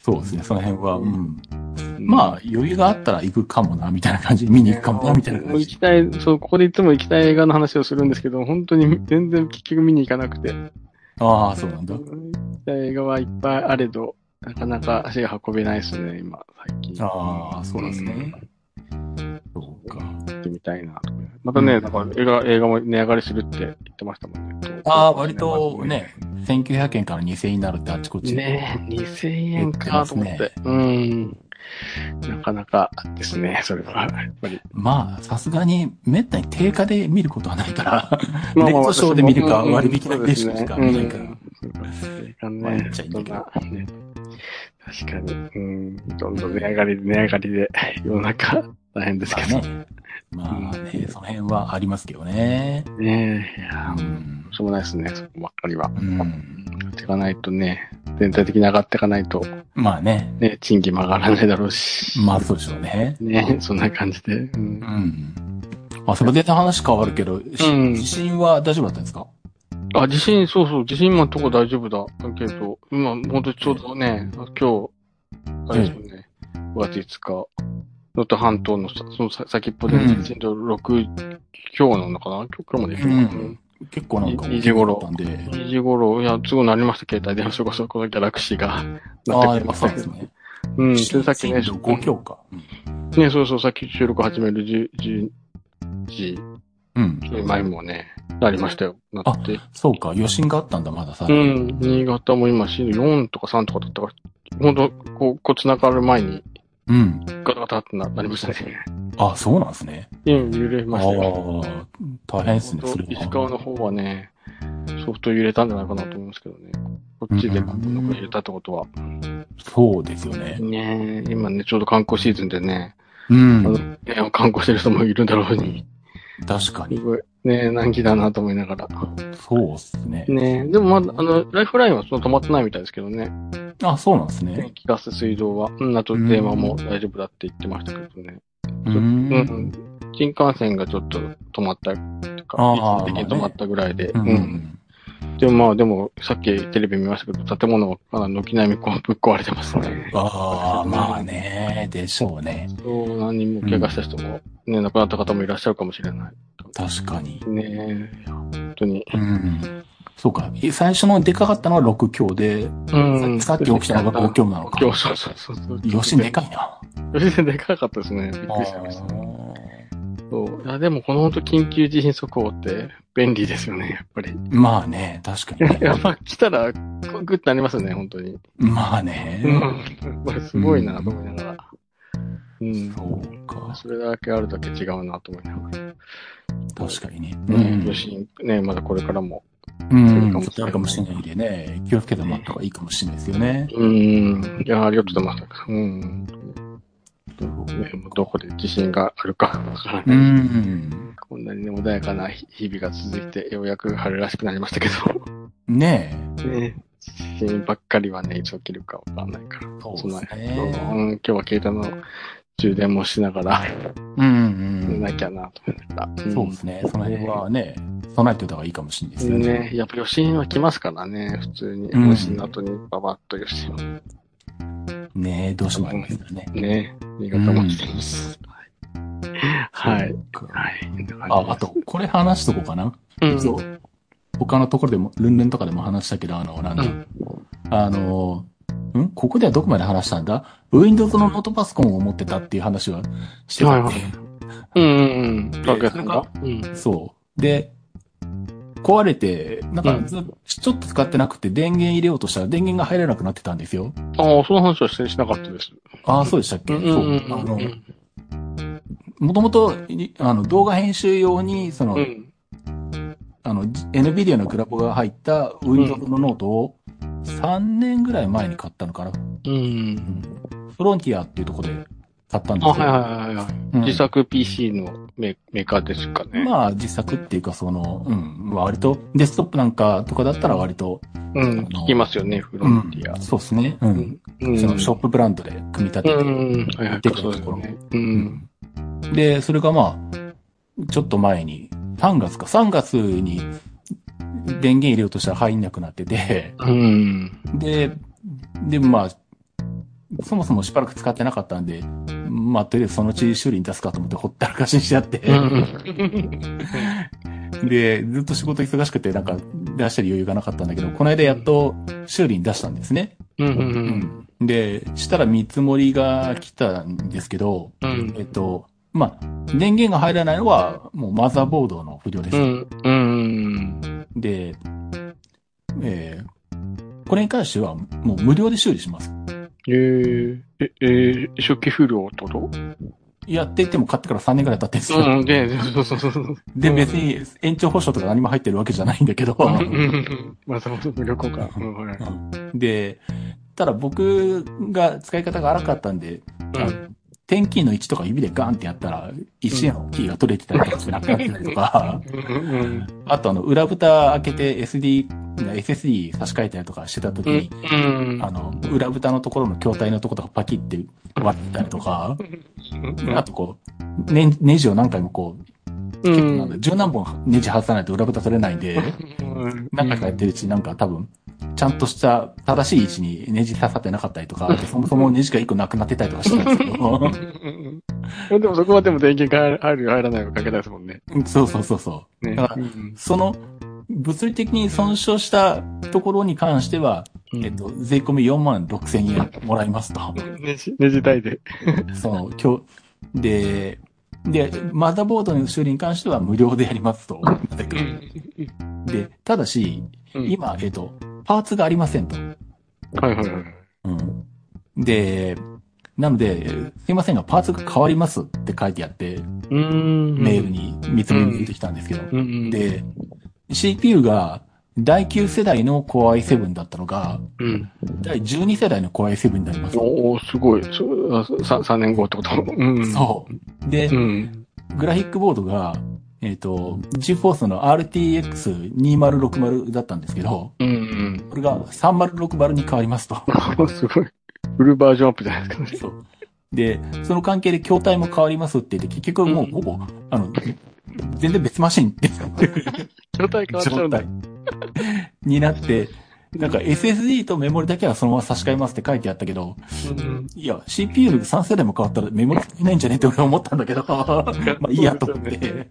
そうですね、その辺は。うん。
あ、
まあ、余裕があったら行くかもな、みたいな感じ。見に行くかもな、みたいな
もう
感
行
じ。
きたい、そう、ここでいつも行きたい映画の話をするんですけど、本当に全然結局見に行かなくて。
ああ、そうなんだ。
行きたい映画はいっぱいあれど、なかなか足が運べないですね、今、最近。
ああ、そうなんですね。そうか。
うん。行ってみたいなと思います。またね、
うん
なんか映画、映画も値上がりするって言ってましたもんね。
ああ、割とね、1900円から2000円になるってあっちこっち。
ねえ、2000円かと思って。
言って
うん。なかなかですね、それは。やっぱり。
まあ、さすがに、めったに定価で見ることはないから、
まあ
ネットショーで見るか割引だ
だ
けしか見ないから。
うん。
割っ
ね、
ちゃいいん
そ
だ
ん
け
な、ね。 確かに。うん。どんどん値上がり、値上がりで、世の中、大変ですけ
まあ
ど。
ね。まあね、その辺はありますけどね。
ねえ、いや
う
ー、
ん
し。ょうもないですね、そこばっかりは。
うん。
やっていかないとね、全体的に上がっていかないと、
まあね。
ね、賃金も上がらないだろうし。
まあそうでしょうね。
ね、そんな感じで。うん
うん。あ、それで話変わるけど、し
うん
地震は大丈夫だったんですか
あ、地震、そうそう、地震今のとこ大丈夫だ。けど、今、ほんとちょうどね、今日、あれですよね、5月5日、能登半島のさその先っぽで
うん
震度6強なのかな、今日今日まで行くのかな、
うん結構なんか
いい時頃
だったんで。
2時頃、いや、都合なりました、携帯で。それこそ、このギャラクシーが。
ああ、
な
や
って
っ
く
ぱ
れ
そうですね。
うん、でさっきね、
5強か。うん
ね、そうそう、さっき収録始める10 10時
うん。
前もね、なりましたよ。なって。
そうか、余震があったんだ、まださ。
うん、新潟も今、震度4とか3とかだったから、ほんと、こう、こう繋がる前に、
うん。
ガタガタってななりました ね。
あ、そうなんですね。
うん、揺れ
あ
ま
あ
したよ。
ー、大変ですね、
ほ
そ
ん
れ
と石川の方はね、相当揺れたんじゃないかなと思いますけどね。こっちでなんとなく揺れたってことは。
そうですよね。
ねえ今ね、ちょうど観光シーズンでね、
う
あの
ん。
ね、観光してる人もいるだろうに。
確か
す
に。
ごい。ね難儀だなと思いながら。
そうっすね。
ねでもまだ、あの、ライフラインはその止まってないみたいですけどね。
あ、そうなんですね
電。気、ガス、水道は。うん、あと
うん
電話も大丈夫だって言ってましたけどね。
う。
うんん。新幹線がちょっと止まった、とか、
あ
一
ー
時的に止まったぐらいで。
う
うん。
ん。
でもまあ、でも、さっきテレビ見ましたけど、建物はかなり軒並みこうぶっ壊れてますね。
ああ、まあね、でしょうね。
そう、何人も怪我した人も、ね、亡くなった方もいらっしゃるかもしれない。
確かに。
ねいや本当に。
うん。そうか。い最初のでかかったのは6強で、
うん
ささっき起きたのが5強なのか。
今日、そうそうそうそう。
余震でかいな。
余震でかかったですね。びっ
あ
くりしました。
ー
そう。いや、でもこの本当緊急地震速報って便利ですよね、やっぱり。
まあね、確かにね。
やっぱ来たら、こうグッとなりますね、本当に。
まあ
う
ね。
ん。これすごいな、と思いながら。うん。
そうか。
それだけあるだけ違うな、と思いながら。
確かにね。う
ね
ん。
余震、ね、まだこれからも。
うん。あるかもしれないんでね。気をつけてもらった方がいいかもしれないですよね。
うん。いや、ありがとうございます。うん。ね、もうどこで地震があるかわから
う
ない。
ん。
こんなにね、穏やかな日々が続いて、ようやく春らしくなりましたけど、
ね
ね、地震ばっかりはね、いつ起きるかわかんないから
え。。そうです
その
ね。
うん、今日は携帯の充電もしながら、
うん
寝
うん
なきゃなと思いながら。
うん。そうですね。その辺はね、備えておいた方がいいかもしれないですよ
ね。
ね。
ね、やっぱ余震は来ますからね、普通に。
うん
余震の後にババッと余震は
ねえ、どうしてもありますよね。
ね、新潟も来てます。はい。はい。
あ、あと、これ話しとこうかな。
うん、。
そうう。他のところでも、ルンルンとかでも話したけど、あの、なんだ、
うん
あの、んここではどこまで話したんだ ?Windows のノートパソコンを持ってたっていう話はしてたんで、
はいうん、うん。
で
爆
そ
発
れ
が
が。
うん。
そう。で、壊れて、なんか
うん
ず、ちょっと使ってなくて電源入れようとしたら電源が入れなくなってたんですよ。
ああ、その話はしてしなかったです。
ああ、そうでしたっけ、そう。あの、もともと、いあの、動画編集用に、その、
うん。
あの、じ NVIDIA のグラボが入った Windows のノートを3年ぐらい前に買ったのかな。
うん。
フロンティアっていうとこで買ったんです
あ、
よ。
はいはいはいはい。
うん
自作 PC のメメーカーですかね。あ、
まあ、自作っていうか、その、うん、割と、デスクトップなんかとかだったら割と、
うん。
あの
聞きますよね、フロンティア。
そうですね。うん。
うん。
そのショップブランドで組み立てて、
うん。はいはい、そうですよね。うん。
うんで、それがまあ、ちょっと前に、3月か、3月に電源入れようとしたら入んなくなってて、
うん。
で、で、まあ、そもそもしばらく使ってなかったんで、まあ、とりあえずそのうち修理に出すかと思ってほったらかしにしちゃって、
うん。
で、ずっと仕事忙しくて、なんか出したり余裕がなかったんだけど、この間やっと修理に出したんですね。
うん。
で、したら見積もりが来たんですけど、
うん
えっと、まあ、電源が入らないのは、もうマザーボードの不良です。
うん。うん。
で、えーこれに関しては、もう無料で修理します。
えー、え、え、初期不良ってこと
やってても買ってから3年くらい経ってるんですよ。
うん。で、そうそうそう。
で、別に延長保証とか何も入ってるわけじゃないんだけど、
うん。まあ、そもそも旅行か。うん、はい。
で、ただ僕が使い方が荒かったんで、
うん。
点キーの位置とか指でガンってやったら、一円のキーが取れてたりとかしなくなってるとか、
うん。
あとあの、裏蓋開けて SD、SSD 差し替えたりとかしてた時に、
うん。
あの、裏蓋のところの筐体のところとかパキって割ったりとか、あとこう、ね、ネジを何回もこう、
う
結構なんだ
ん。
十何本ネジ外さないと裏蓋取れないんで、何回かやっててるうちになんか多分、ちゃんとした正しい位置にネジ刺さってなかったりとか、そもそもネジが一個なくなってたりとかしてたんですけ ど、
でもそこはでも電源が入る、入らないをかけたですもんね。
そうそうそうそう。
ね。
だからその、物理的に損傷したところに関しては、えっと、税込み4万6千円もらいますと。
ネジ、ネジ代で。
その、今日、で、で、マザーボードの修理に関しては無料でやりますと。で、ただし、
今。
今、えっと、パーツがありませんと。
はいはいはい。
うん。で、なので、すいませんが、パーツが変わりますって書いてあって、
うん
メール。に見積もりに出てきたんですけど。
うん。、
で、CPU が第9世代の Core i7 だったのが、
うん。
第12世代の Core i7 になります。
おおすごい。3年後ってことうん。
そう。で
う。、ん。
グラフィックボードが、えっ、と、GForce の RTX2060 だったんですけど、
うん。
これが3060に変わりますと。
すごい。フルバージョンアップじゃないですかね。
そう。で、その関係で筐体も変わりますって言って、結局もうほぼ、あの、全然別マシンって
状態変わっちゃう
状
んだ。
態になって、なんか SSD とメモリだけはそのまま差し替えますって書いてあったけど、
うん
いや、CPU が3世代も変わったらメモリいないんじゃねって俺は思ったんだけど、まあいいやと思っ
そうですよ
て。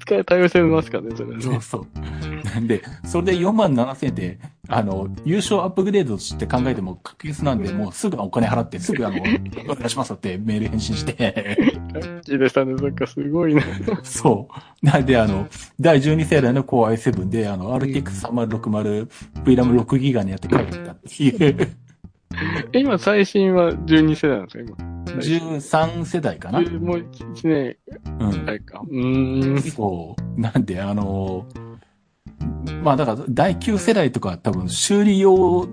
使い対応してますかね、それね。
そうそう。なんで、それで4万7千円で、あの、優勝アップグレードして考えても確実なんで、もうすぐお金払って、すぐあの、お願いしますってメール返信 して、
いいでしたね、そっか、すごいね。
そう。なんで、あの、第12世代の Core i7 で、あの、RTX3060、VRAM6 ギガにやって書いてたっていう、
え今、最新は12世代なんですか、
13世代か
今。
な。
10もう1年
うん。
代か。うーん。
そう。なんで、あの、まあだから、第9世代とか多分修理用、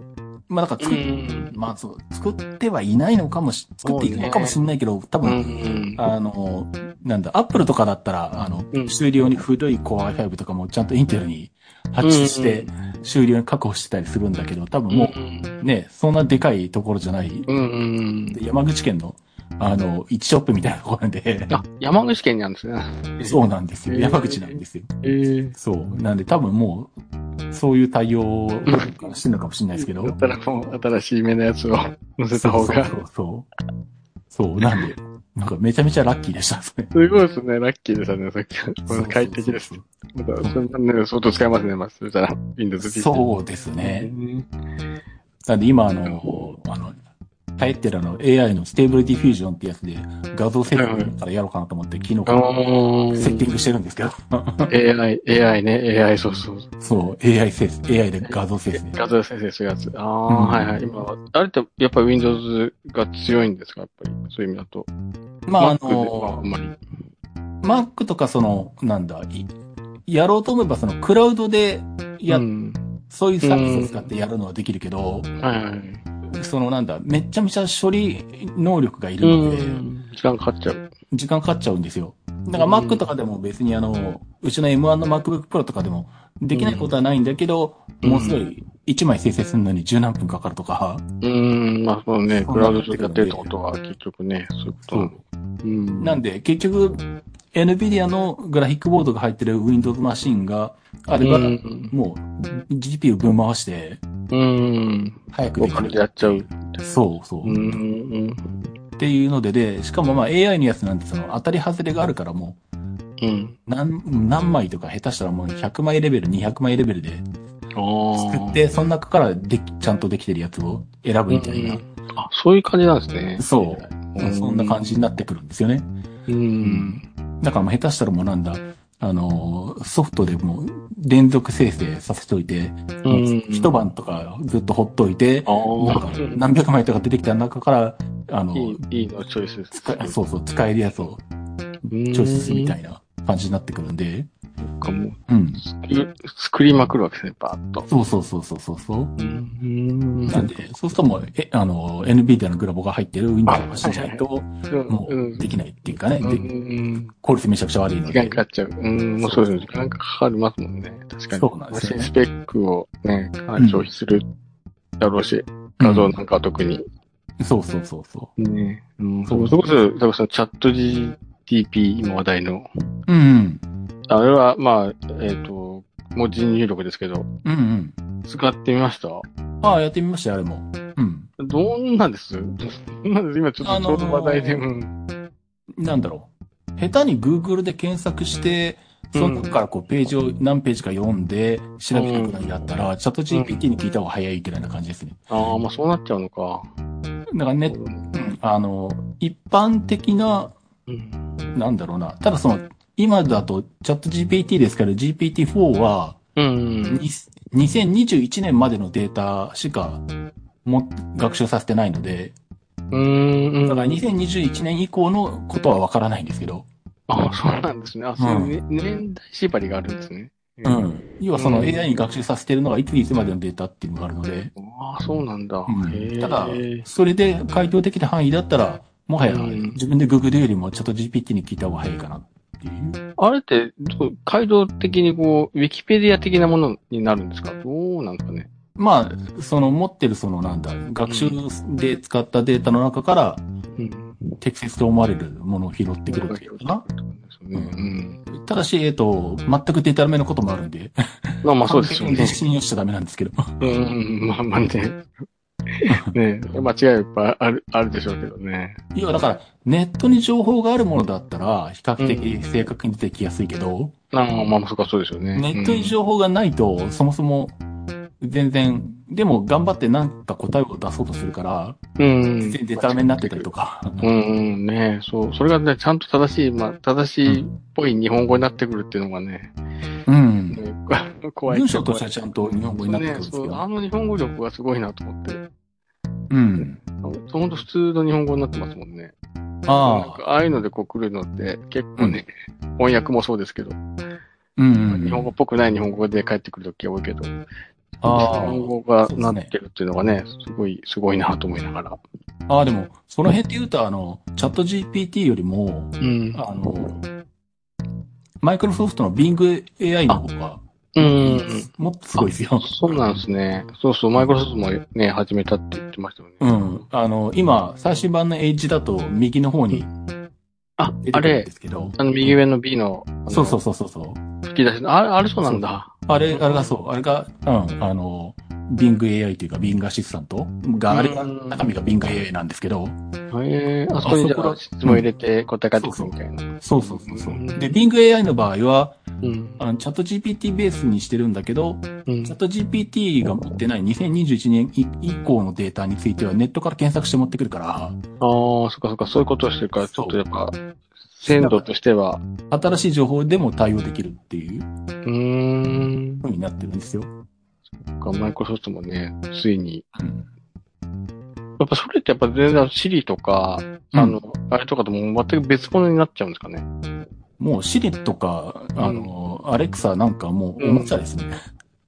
まあだから作っ
ん。
まあそう、作ってはいないのかもし、作っていないのかもしれないけど、多
う
分、
ん。
あの、なんだ、アップルとかだったら、あの、
うん
修理用に古い Core i5 とかもちゃんとインテルに発注して、修理用に確保してたりするんだけど、多分もうね、そんなでかいところじゃない、
うん。うん。
で山口県の、あの、1ショップみたいなところで、
あ、山口県にあるんですね。
そうなんですよ。
へー
山口なんですよ。
えー。
そう。なんで多分もう、そういう対応をしてるのかもしれないですけど。
だったらもう、新しい目のやつを載せた方が。
そうそうそう。そう、なんで、なんかめちゃめちゃラッキーでした、それ。
すごいですね、ラッキーでしたね、さっき。 これ快適です。
ね。
また、そんなね、相当使えますね、まあ、そしたら、Windows 10
そうですね。
ね。
なんで今、あの、あの、流行ってるあの AI のステーブルディフュージョンってやつで画像設定からやろうかなと思って昨日
あ
から
の
セッティ
ー、
ングしてるんですけど。
AI、AI ね、AI、そうそう。
そう、AI 生成、AI で画像生成。
画像生成するやつ。ああ、
うん
はいはい。今は、あれって、やっぱり Windows が強いんですかやっぱり、そういう意味だと。
まあ、あ
Mac ではあ
の
ん、まり。
Mac とかその、なんだ、いやろうと思えばそのクラウドでや、
うん、
そういうサービスを使ってやるのはできるけど、
はいはい。
そのなんだ、めっちゃめちゃ処理能力がいうるので、
ん。時間かかっちゃう。
時間かかっちゃうんですよ。だから Mac とかでも別にあの、うちの M1 の MacBook Pro とかでもできないことはないんだけど、
うん
もうすごい1枚生成するのに十何分かかるとか、
うん、まあ、そのね、
そ
ク
んな
ラウ
の
ド上でやってるってことは、結局ね、そういうことなの。うん。
なんで結局、NVIDIA のグラフィックボードが入ってる Windows マシンがあれば、
うん。
もう GPU 分回して
うん。
早く
お
でき
金
る。
でやっちゃう。
そうそうう。
ん。
っていうのでで、しかもまあ AI のやつなんてその当たり外れがあるからもう、
うん。
何、何枚とか下手したらもう100枚レベル、200枚レベルで
ああ。
作って、その中からでき、ちゃんとできてるやつを選ぶみたいな。
うんあ、そういう感じなんですね。
そ
うん
そんな感じになってくるんですよね。
うん。
だからもう下手したらもうなんだ、あのー、ソフトでもう連続生成させておいて、
うん
一晩とかずっとほっといて、
あ
なんか
あ。
何百枚とか出てきた中から、あの、
いい、いいのチョイスです
使いそうそう、使えるやつをチョイスするみたいな。感じになってくるんで、
なんかもう、
うん。
作りまくるわけですね、バーッと。
そうそうそうそうそうそう。
うん
なんで、そうするともう、え、あの、NVIDIA のグラボが入ってる Windows をしないと、も
う
うんできないっていうかね、
う
で
ん。
効率めちゃくちゃ悪いの
時間
で
か。かっちゃう。うん、もうそうですね。時間かかりますもんね。確かに。
そうなんですよね
マシンスペックをね、かなり消費するだろうし、画像なんかは特に。
そうそうそうそ
ねうん、
そ
そうこそこそ、だからそのチャット GTP、今話題の。
う。うん
あれは、まあ、えっ、と、文字入力ですけど、
うん。うんうん。
使ってみました
ああ、やってみましたよ、あれも。うん。
どんなんですどんなんです今ちょっとちょうど話題で、
あの
うん。
なんだろう。下手に Google で検索して、その中からこうページを何ページか読んで調べていくのにやったら、チャット GPT に聞いた方が早いぐらいな感じですね。
ああ、まあそうなっちゃうのか。
だからね、うんあの、一般的な、
うん。
なんだろうな。ただその、今だとチャット GPT ですから GPT-4 は、
うん。
に2021年までのデータしかも学習させてないので、
うん。
だから2021年以降のことはわからないんですけど、
ああ、そうなんですね。あ、そう
うん
いうね、年代縛りがあるんですね。
う。ん。要はその
うん
AI に学習させてるのがいついつまでのデータっていうのがあるので、
ああ、そうなんだ。
うん
へえ。
ただそれで回答できた範囲だったら、もはや
うん
自分で Google よりもちょっと GPT に聞いた方が早いかなっていう。
あれって、どう街道的にこう、ウィキペディア的なものになるんですかどうなんですかね。
まあ、その持ってるそのなんだ、学習で使ったデータの中から
うん。
適切と思われるものを拾ってくるっていうかな。
うんうん。
ただし、えっ、と、全くデータめのこともあるんで、
まあまあそうですよ
完璧
ね
に。信用しちゃダメなんですけど。
うんうん。まあまあね。ね間違いはいっぱいある、あるでしょうけどね。
要はだから、ネットに情報があるものだったら、比較的正確に出てきやすいけど、
まあまあまあ、そうかそうですよね。
ネットに情報がないと、そもそも、全然、でも頑張ってなんか答えを出そうとするから、
うん。う
全
ん
然デタラメになってたりとか。
うんうんねそう。それがね、ちゃんと正しい、まあ、正しいっぽい日本語になってくるっていうのがね、
うん。
ねこ怖い。
文章としてはちゃんと日本語になってくるんですけ
ねそう
ど。
あの日本語力がすごいなと思って。
うん。
ほんと普通の日本語になってますもんね。な
あ
ん
あ。
かああいうのでこう来るのって結構ね、翻訳もそうですけど、
うんうん。
日本語っぽくない日本語で帰ってくるときは多いけど、日
あ
本語が
そうで
な
す
っ
ね
てるっていうのがね、すごい、すごいなと思いながら。
あ。ああ、でも、その辺で言うと、あの、チャット GPT よりも、
うん
あの、マイクロソフトの Bing AI の方が、
うん。
もっとすごいですよ。
そうなんですね。そうそう、マイクロソフトもね、始めたって言ってましたよね。
うん。あの、今、最新版の Edge だと右の方に
あ、
出て
あ
くるん
れ
で、すけど。
あの右上の B の、あの
そうそうそうそうそう。
吹き出しの、あれ、あれそうなんだ。
あれ、あれがそう、あれが、うん、あの、Bing AI というか Bing アシスタントが、あれが、
うん
中身が Bing AI なんですけど、
へえあそこにじ
あそこ
ゃあ
だ
質問入れて答え返ってくるみたいな。
そうそうそうそうう。
ん
で、Bing AI の場合は、
うん。
あのチャット GPT ベースにしてるんだけど、
うん
チャット GPT が持ってない2021年以以降のデータについてはネットから検索して持ってくるから、
ああ、そっかそっか、そういうことをしてるから、ちょっとやっぱ、鮮度としては、
新しい情報でも対応できるっていう
うーん、
風になってるんですよ。
マイクロソフトもね、ついに。
うん
やっぱそれってやっぱ全然、シリとか、あの、あれとかともう全く別物になっちゃうんですかね。
もう Siri とか、あの、アレクサなんかもうおもちゃですね。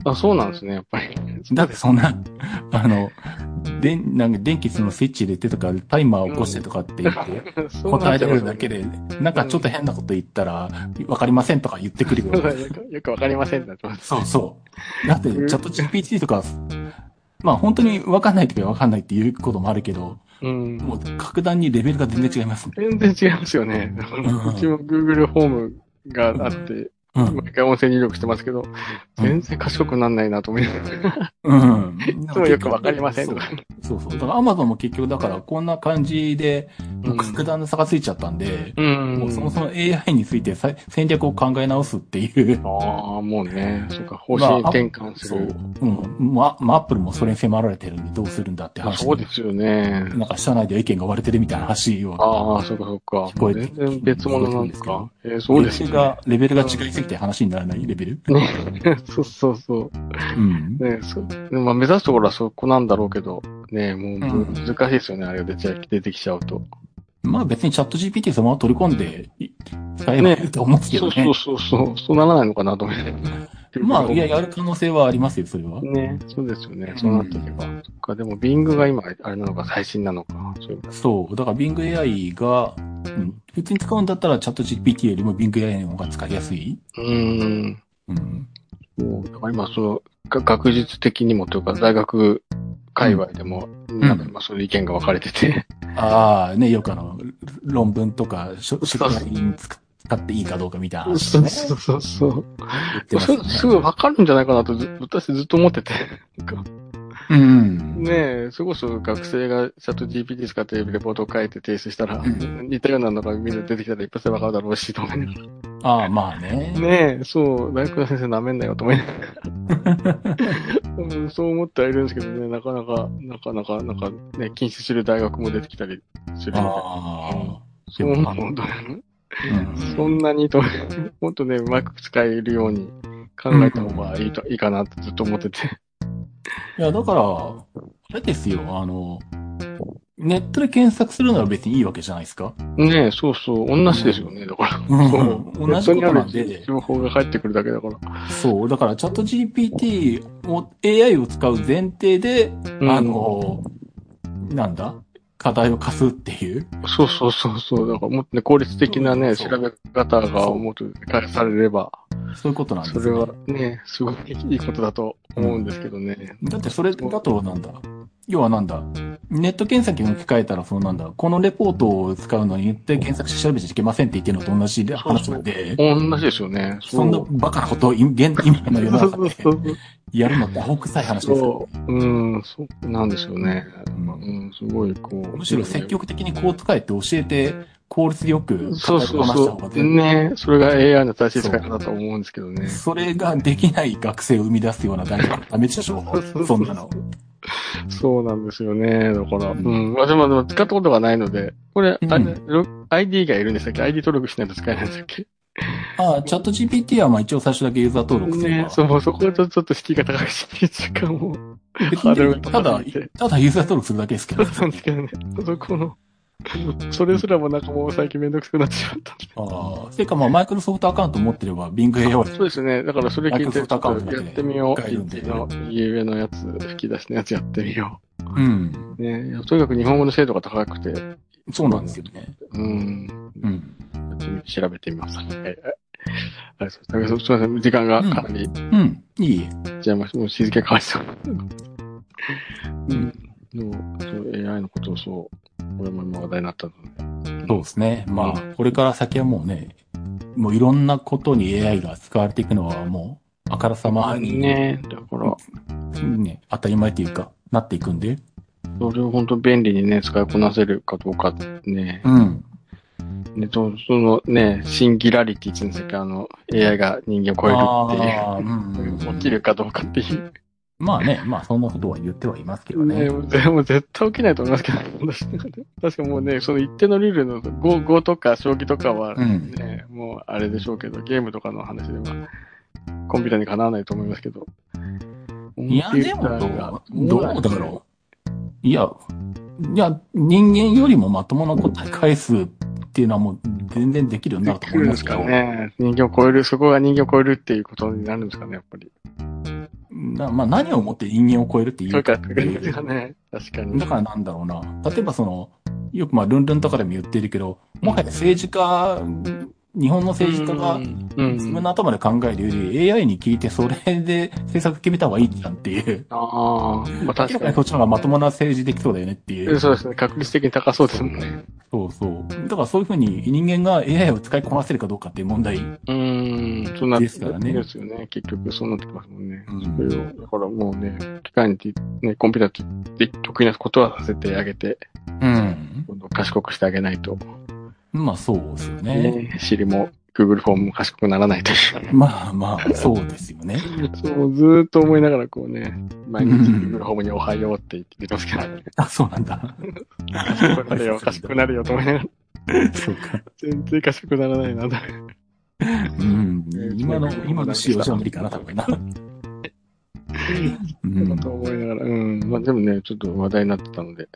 あそうなんですね、やっぱり。
だ ってそんな、あの、でん、なんか電気そのスイッチ入れてとか、タイマー起こしてとかって言って、答えられるだけ
で。
で、なんかちょっと変なこと言ったら、わかりませんとか言ってくるよ
そう。なんです よよくわかりませんってなってます。
そうそう。だって、チャット GPT とか、まあ本当にわかんないときはわかんないっていうこともあるけど、
うん。
もう格段にレベルが全然違いますね。
全然違いますよね。
ん
うちも Google ホームがあって、
うん。
毎回音声入力してますけ
う
ど、
ん
全然賢くなんないなと思いながら。
うん。
いつもよくわかりません
そ
と
う
か。
そうそう。だから Amazon も結局だからこんな感じで、もう格段の差がついちゃったんで、
うん
もうそもそも AI についてさ戦略を考え直すっていう。
ああ、もうね、そうか、方針転換す
そう
る。。
うん。ま、まあ、アップルもそれに迫られてるんでどうするんだって
そう
話。
ですよね。
なんか社内では意見が割れてるみたいな話を。
ああ、そうか、そうか。
聞こえて
全然別物なんですか。えーそう
レベ
です
ル
ね。
が、レベルが違いすぎて話にならないレベル。
ね、そうそうそう。
うん。
ね、そうまあ、目指すところはそこなんだろうけど、ね、もう
うん
難しいですよね、あれが出ちゃ出てきちゃうと。
まあ別にチャット GPT そのまま取り込んで、い使えばいいと思うんですけ
そ
ど
う
ね。
そうそうそう、そうならないのかなと思って。
まあ、いや、やる可能性はありますよ、それは。
ね、そうですよね。そうなっていけば。そっか、でも、ビングが今、あれなのか、最新なのか。そういう
そう。だから Bing AI が、うん、普通に使うんだったらチャット GPT よりも Bing AI の方が使いやすい。
うーん。
うん。
もう、だから今、その、が学術的にもというか、大学界隈でも、なんか今、そういう意見が分かれてて。
ああ、ね、よくあの、論文とか、書書
そう
籍に使っていいかどうかみたいな話
そ
を
う
ね。
そうそうそう。
言ってます
す
ね
ぐすぐ分かるんじゃないかなとず、私ずっと思ってて。なんか
うん。
ねえ、それこそ学生がチャット GPT 使ってレポートを書いて提出したら、
ん
似たようなのがみんな出てきたら一発で分かるだろうし、と思いながら
ああ、まあね。
ねえ、そう、大学の先生舐めんなよと思いながらうんそう思ってはいるんですけどね、なかなか、なかなか、なんかね、禁止する大学も出てきたりするんで。
ああ。
そう思う
でも
と、
うん
そんなにと、もっとね、うまく使えるように考えた方がいいと、いいかなってずっと思ってて。
いや、だから、あれですよ、あの、ネットで検索するのは別にいいわけじゃないですか。
ねえ、そうそう、同じですよね、だから。
うん
そう
同じことなん
ネットにあ
で
る、情報が返ってくるだけだから。
そう、だからチャット GPT を、AI を使う前提で、
うん
あ、の、なんだ課題を課すっていう。
そうそうそうそう、だからもっとね、効率的なね、
そ
調
う
べ方がもっと返されれば、
そういうことなんで
そ
す
れ
よ
は
ね。
ね、すごいいいことだと思うんですけどね。
だってそれだとなんだ要はなんだネット検索に置き換えたらそうなんだこのレポートを使うのに言って検索して調べちゃいけませんって言ってるのと同じで話なんで、
同じですよね。
そんな
う
バカなことを今現今の世の
そう
中
そう
で
そう。
やるのってアホ臭い話ですよ
そ。う、うん、そうなんですよね。
うん
うん、すごい、こう。
むしろ積極的にこう使えって教えて、効率よく
そう
使い
そう
こなした方
そ
が
う。
全然
ねそれが AI の正しい使い方だと思うんですけどね。
それができない学生を生み出すような大学のダメでしょ
うそうそう
そんなの。
そうなんですよね。だから、
う
うんん。私もでも使ったことがないので、これ、あれ
う
ろ ID がいるんでしたっけ ?ID 登録しないと使えないんでしたっけ
ああ、チャット GPT はまあ一応最初だけユーザー登録すれ
ね
ば。
そう、そこはちょちょっと敷居が高いし、時間も。
別
ハードル
に
が
た
高
だ
いんで、
ただユーザー登録するだけですけ
そ
ど
う。なんですけどね。そこの、それすらもなんかもう最近めんどくさくなってしまったんで。
ああ、てかまあマイクロソフトアカウント持ってれば Bing AI は
そうですね。だからそれ聞いて、ちょっとやってみよう。
マイクロソフトアカウントだけで
の右上のやつ、吹き出しのやつやってみよ
うん。
う。ねいやとにかく日本語の精度が高くて、
そうなんですよね。
うん。
うん。
調べてみます。はい。はいはいそう高橋さんすみません。時間がかなり
うん。いい。
じゃあ、もう静けかわいそう。うん。でも、そう AI のことをそう、これも今話題になったので。
そうですね。まあ、これから先はもうね、もういろんなことに AI が使われていくのはもう、あからさまに、
ねだから、
ね、当たり前というか、なっていくんで。
それを本当便利にね、使いこなせるかどうかね。
うん。
ねとそのね、シンギュラリティっていうんですか、あの、AI が人間を超えるって
ああ、うん
いうう。
んうん
起きるかどうかっていう。
まあね、まあそんなことは言ってはいますけど
ね、
ね。
でも絶対起きないと思いますけど、私の中で 確かもうね、その一定のルールの5、5とか将棋とかは
うん。
ね、もうあれでしょうけど、ゲームとかの話では、コンピューターにかなわないと思いますけど。
いや、
コンピュ
で
ータ
も
ーが
どう、どうだろう。いや、いや、人間よりもまともな答え返すっていうのはもう全然できるようになると
でき
思い
るん
ま
ですす
け
か
ど。
ね。人間を超える、そこが人間を超えるっていうことになるんですかね、やっぱり。
なまあ何をもって人間を超えるってい
そう
う
か、
か
そ
っ
う
てい
です
う
か。ね。確かに。
だからなんだろうな。例えばその、よくまあルンルンとかでも言ってるけど、もはや政治家、日本の政治家が
うん、
自分の頭で考えるより AI に聞いてそれで政策決めた方がいいじゃんっていう。
ああ、まあ
明
確
ら
か
かに
に
こ。っちの方がまともな政治できそうだよねっていう。
そうですね。確率的に高そうですもんね。
そうそう。だからそういうふうに人間が AI を使いこなせるかどうかっていう問題。
うーん。そんな
ですからね
ですよね。結局、そうなってきますもんね。
うん
それを、だからもうね、機械に、ね、コンピューターで得意なことはさせてあげて、
うん。
今度賢くしてあげないと。
まあそうですよね。
ね、Siri も Google フォームも賢くならないという。
まあまあ、そうですよね。
そう、ずーっと思いながらこうね、毎日 Google フォームにおはようって言ってますけど、
あ、そうなんだ。
賢くなれよ、賢くなれよと思いながら、
そうか。
全然賢くならないなと。
うん。今の、今の仕様じゃ無理かな、多 分な。うん。
と思いながら、うん。まあでもね、ちょっと話題になってたので、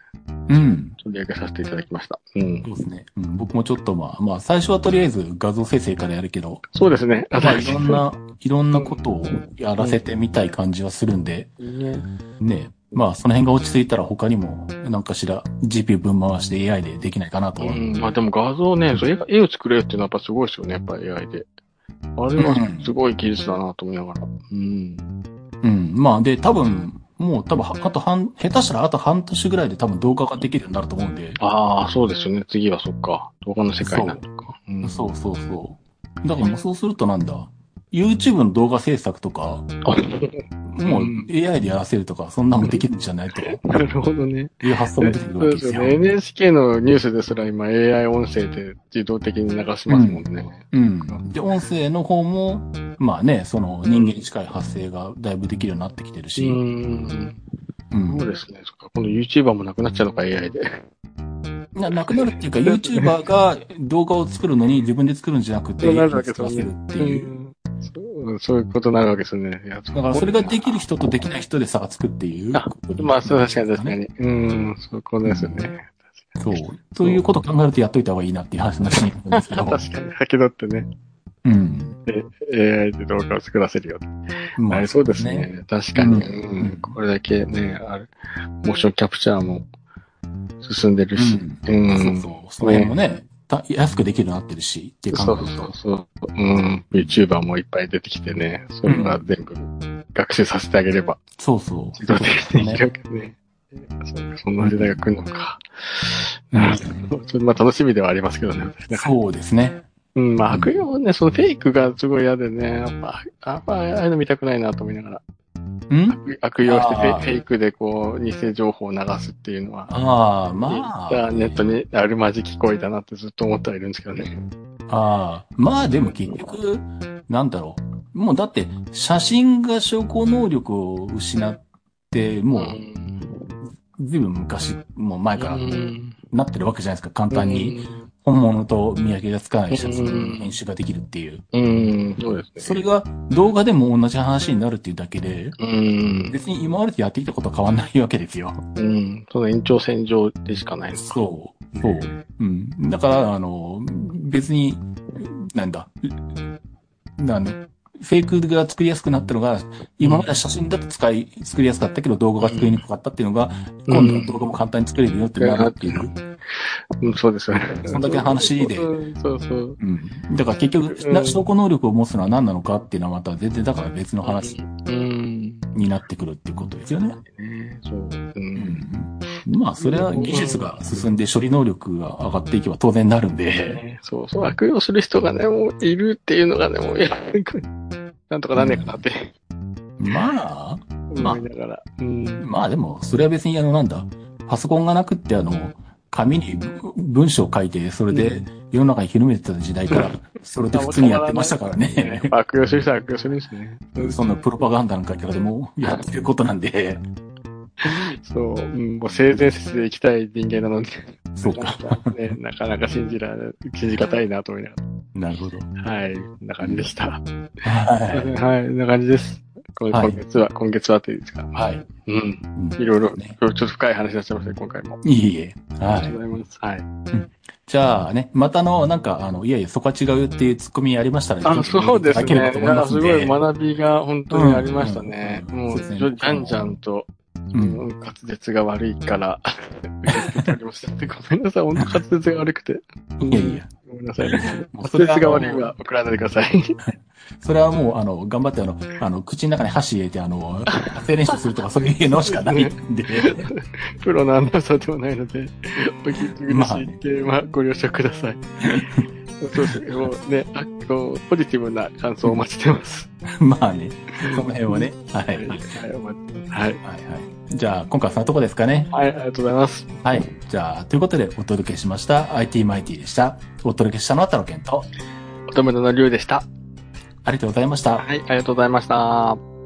うん。
取り上げさせていただきました。うん。
そうですね。うん、僕もちょっとまあ、まあ、最初はとりあえず画像生成からやるけど、
そうですね。
まあいろんな、いろんなことをやらせてみたい感じはするんで、ね。まあ、その辺が落ち着いたら他にも、なんかしら、GPU 分回して AI でできないかなと
う
は。
ん、まあでも画像ね、そう絵が絵を作れるっていうのはやっぱすごいですよね、やっぱ AI で。あれはすごい技術だなと思いながら。うん。
うん。まあ、で、多分、もう多分、はあと半、下手したらあと半年ぐらいで多分動画ができるようになると思うんで。
ああ、そうですよね。次はそっか。動画の世界になるとか。うん
そうそうそう。だからもうそうするとなんだ、YouTube の動画制作とか、
あ
もううん AI でやらせるとか、そんなもんできるんじゃないとか
なるほどね。
いう発想
そ
も
う
出てくるわけ
で
ですすよ
よ。ね。NHK のニュースですら今 AI 音声で自動的に流しますもんね。
うん。で、音声の方も、まあね、その人間に近い発声がだいぶできるようになってきてる
う
し、
ん。
うん
そう。ですね。そっか。この YouTuber もなくなっちゃうのか、AI で。
ななくなるっていうか、YouTuber が動画を作るのに自分で作るんじゃなくて、
そうなるわけです
作
よ
ら
ね
せるっていう。
そうそういうことになるわけですね。いや
だからそれができる人とできない人で差がつくっていう。
あまあ、そう、確かに確か。に。うん、そういうことですよね。
そう。そういうことを考えるとやっといた方がいいなっていう話になってくるんですけど
確。かに。先取ってね、
うん。
AI で動画を作らせるよ。
ま
ありそうですね。確かに。
うん
うんこれだけね、ある、モーションキャプチャーも進んでるし。う。
うんん。そうそう。その辺もね、た安くできるようになってるし、っていう考え
そう
る
そう
と。
そう。うん。YouTuber もいっぱい出てきてね。それは全部学習させてあげれば。
そうそう。
自動的にできるわけですね。そうかそんな時代が来るのか。なるほどちょっとまあ楽しみではありますけどね。私なんか
そうですね。
うん、まあ悪用ね、そのフェイクがすごい嫌でね、やっぱ、やっぱああいうの見たくないなと思いながら、
ん
悪用してフ
あ
ェ
ー
フェイクでこう、偽情報を流すっていうのは、
ああ、
イン
まあ。
ターネットにあるまじ聞こえたなってずっと思ってはいるんですけどね。
ああ、まあでも結局、なんだろう。もうだって、写真が証拠能力を失って、もう、ずいぶん昔、もう前から
うん
なってるわけじゃないですか。簡単に、本物と見分けがつかない写真の編集ができるっていう。
うん、そうですね。
それが動画でも同じ話になるっていうだけで、
うん、
別に今までやってきたことは変わんないわけですよ。
うん、その延長線上でしかないのか。
そう。そう。うん。だから、あの、別に、なんだ、なんだ、フェイクが作りやすくなったのが、今までは写真だと使い、作りやすかったけど動画が作りにくかったっていうのが、
うん
今度は動画も簡単に作れるよってなるっていう。
うん、そうですよね。
そんだけ話で
うん そうそう。
うん。だから結局、
う
なん証拠能力を持つのは何なのかっていうのはまた全然だから別の話
うん。
になってくるっていうことですよね。
ねそう。う。
うんん。まあ、それは技術が進んで処理能力が上がっていけば当然なるんで。
ねそうそう。悪用する人がね、もういるっていうのがね、もう、いや、なんとかなんねえかなって
まあ、まあ
思いながら。うん。
まあでも、それは別にあの、なんだ、パソコンがなくってあの、紙に文章を書いて、それで世の中に広めてた時代から、それで普通にやってましたからね。
悪用する人は悪用するんですね。
そんなプロパガンダなんかからでもやってることなんで、
そう。うん、もう性善説で生きたい人間なので、
そうか。
ね、なかなか信じられ、信じがたいなと思いなが
なるほど。
ら。はい。こんな感じでした。
は
はい。こんな感じです。こ
はい
今月は、今月はっていうんですか
い。。 はい。
うん。
うん
いろいろ、
ね
ちょっと深い話になっちゃいましたね、今回も。
いいえ。は
あ
い。
りがとうございます。はい。
じゃあね、またあの、なんか、あの、いやいや、そこは違うっていうツッコミありましたら、
あ、そうです
いただ
ね。
け
い
れば
や、
と
す
思
ご
いますん
い
で。
学びが本当にありましたね。
うん
も
そう
う、
ですね
じょじゃんじゃんと、
う
うんん、滑舌が悪いから、受け取っておりました。ごめんなさい、本当滑舌が悪くて。
いやいや。
ごめんなさい。滑
もうそれは
舌が悪いは送らないでください。
それはもう、あの、頑張って、あの、あの、口の中に箸入れて、あの、発声練習するとか、そういうのしかないん で。
プロのアナウンサーでもないので、お聞き苦しい点はご了承ください。そうですね。もうね、あこうポジティブな感想をお待ちしてます。
まあね、その辺はね。はい。は
はいい、はい、お待ちしてます。は
は
い。
い。じゃあ、今回はそのとこですかね。
はい、ありがとうございます。
はい。じゃあ、ということで、お届けしました。IT マイティでした。お届けしたのは太郎健と、
乙女座のりゅうでした。
ありがとうございました。
はい、ありがとうございました。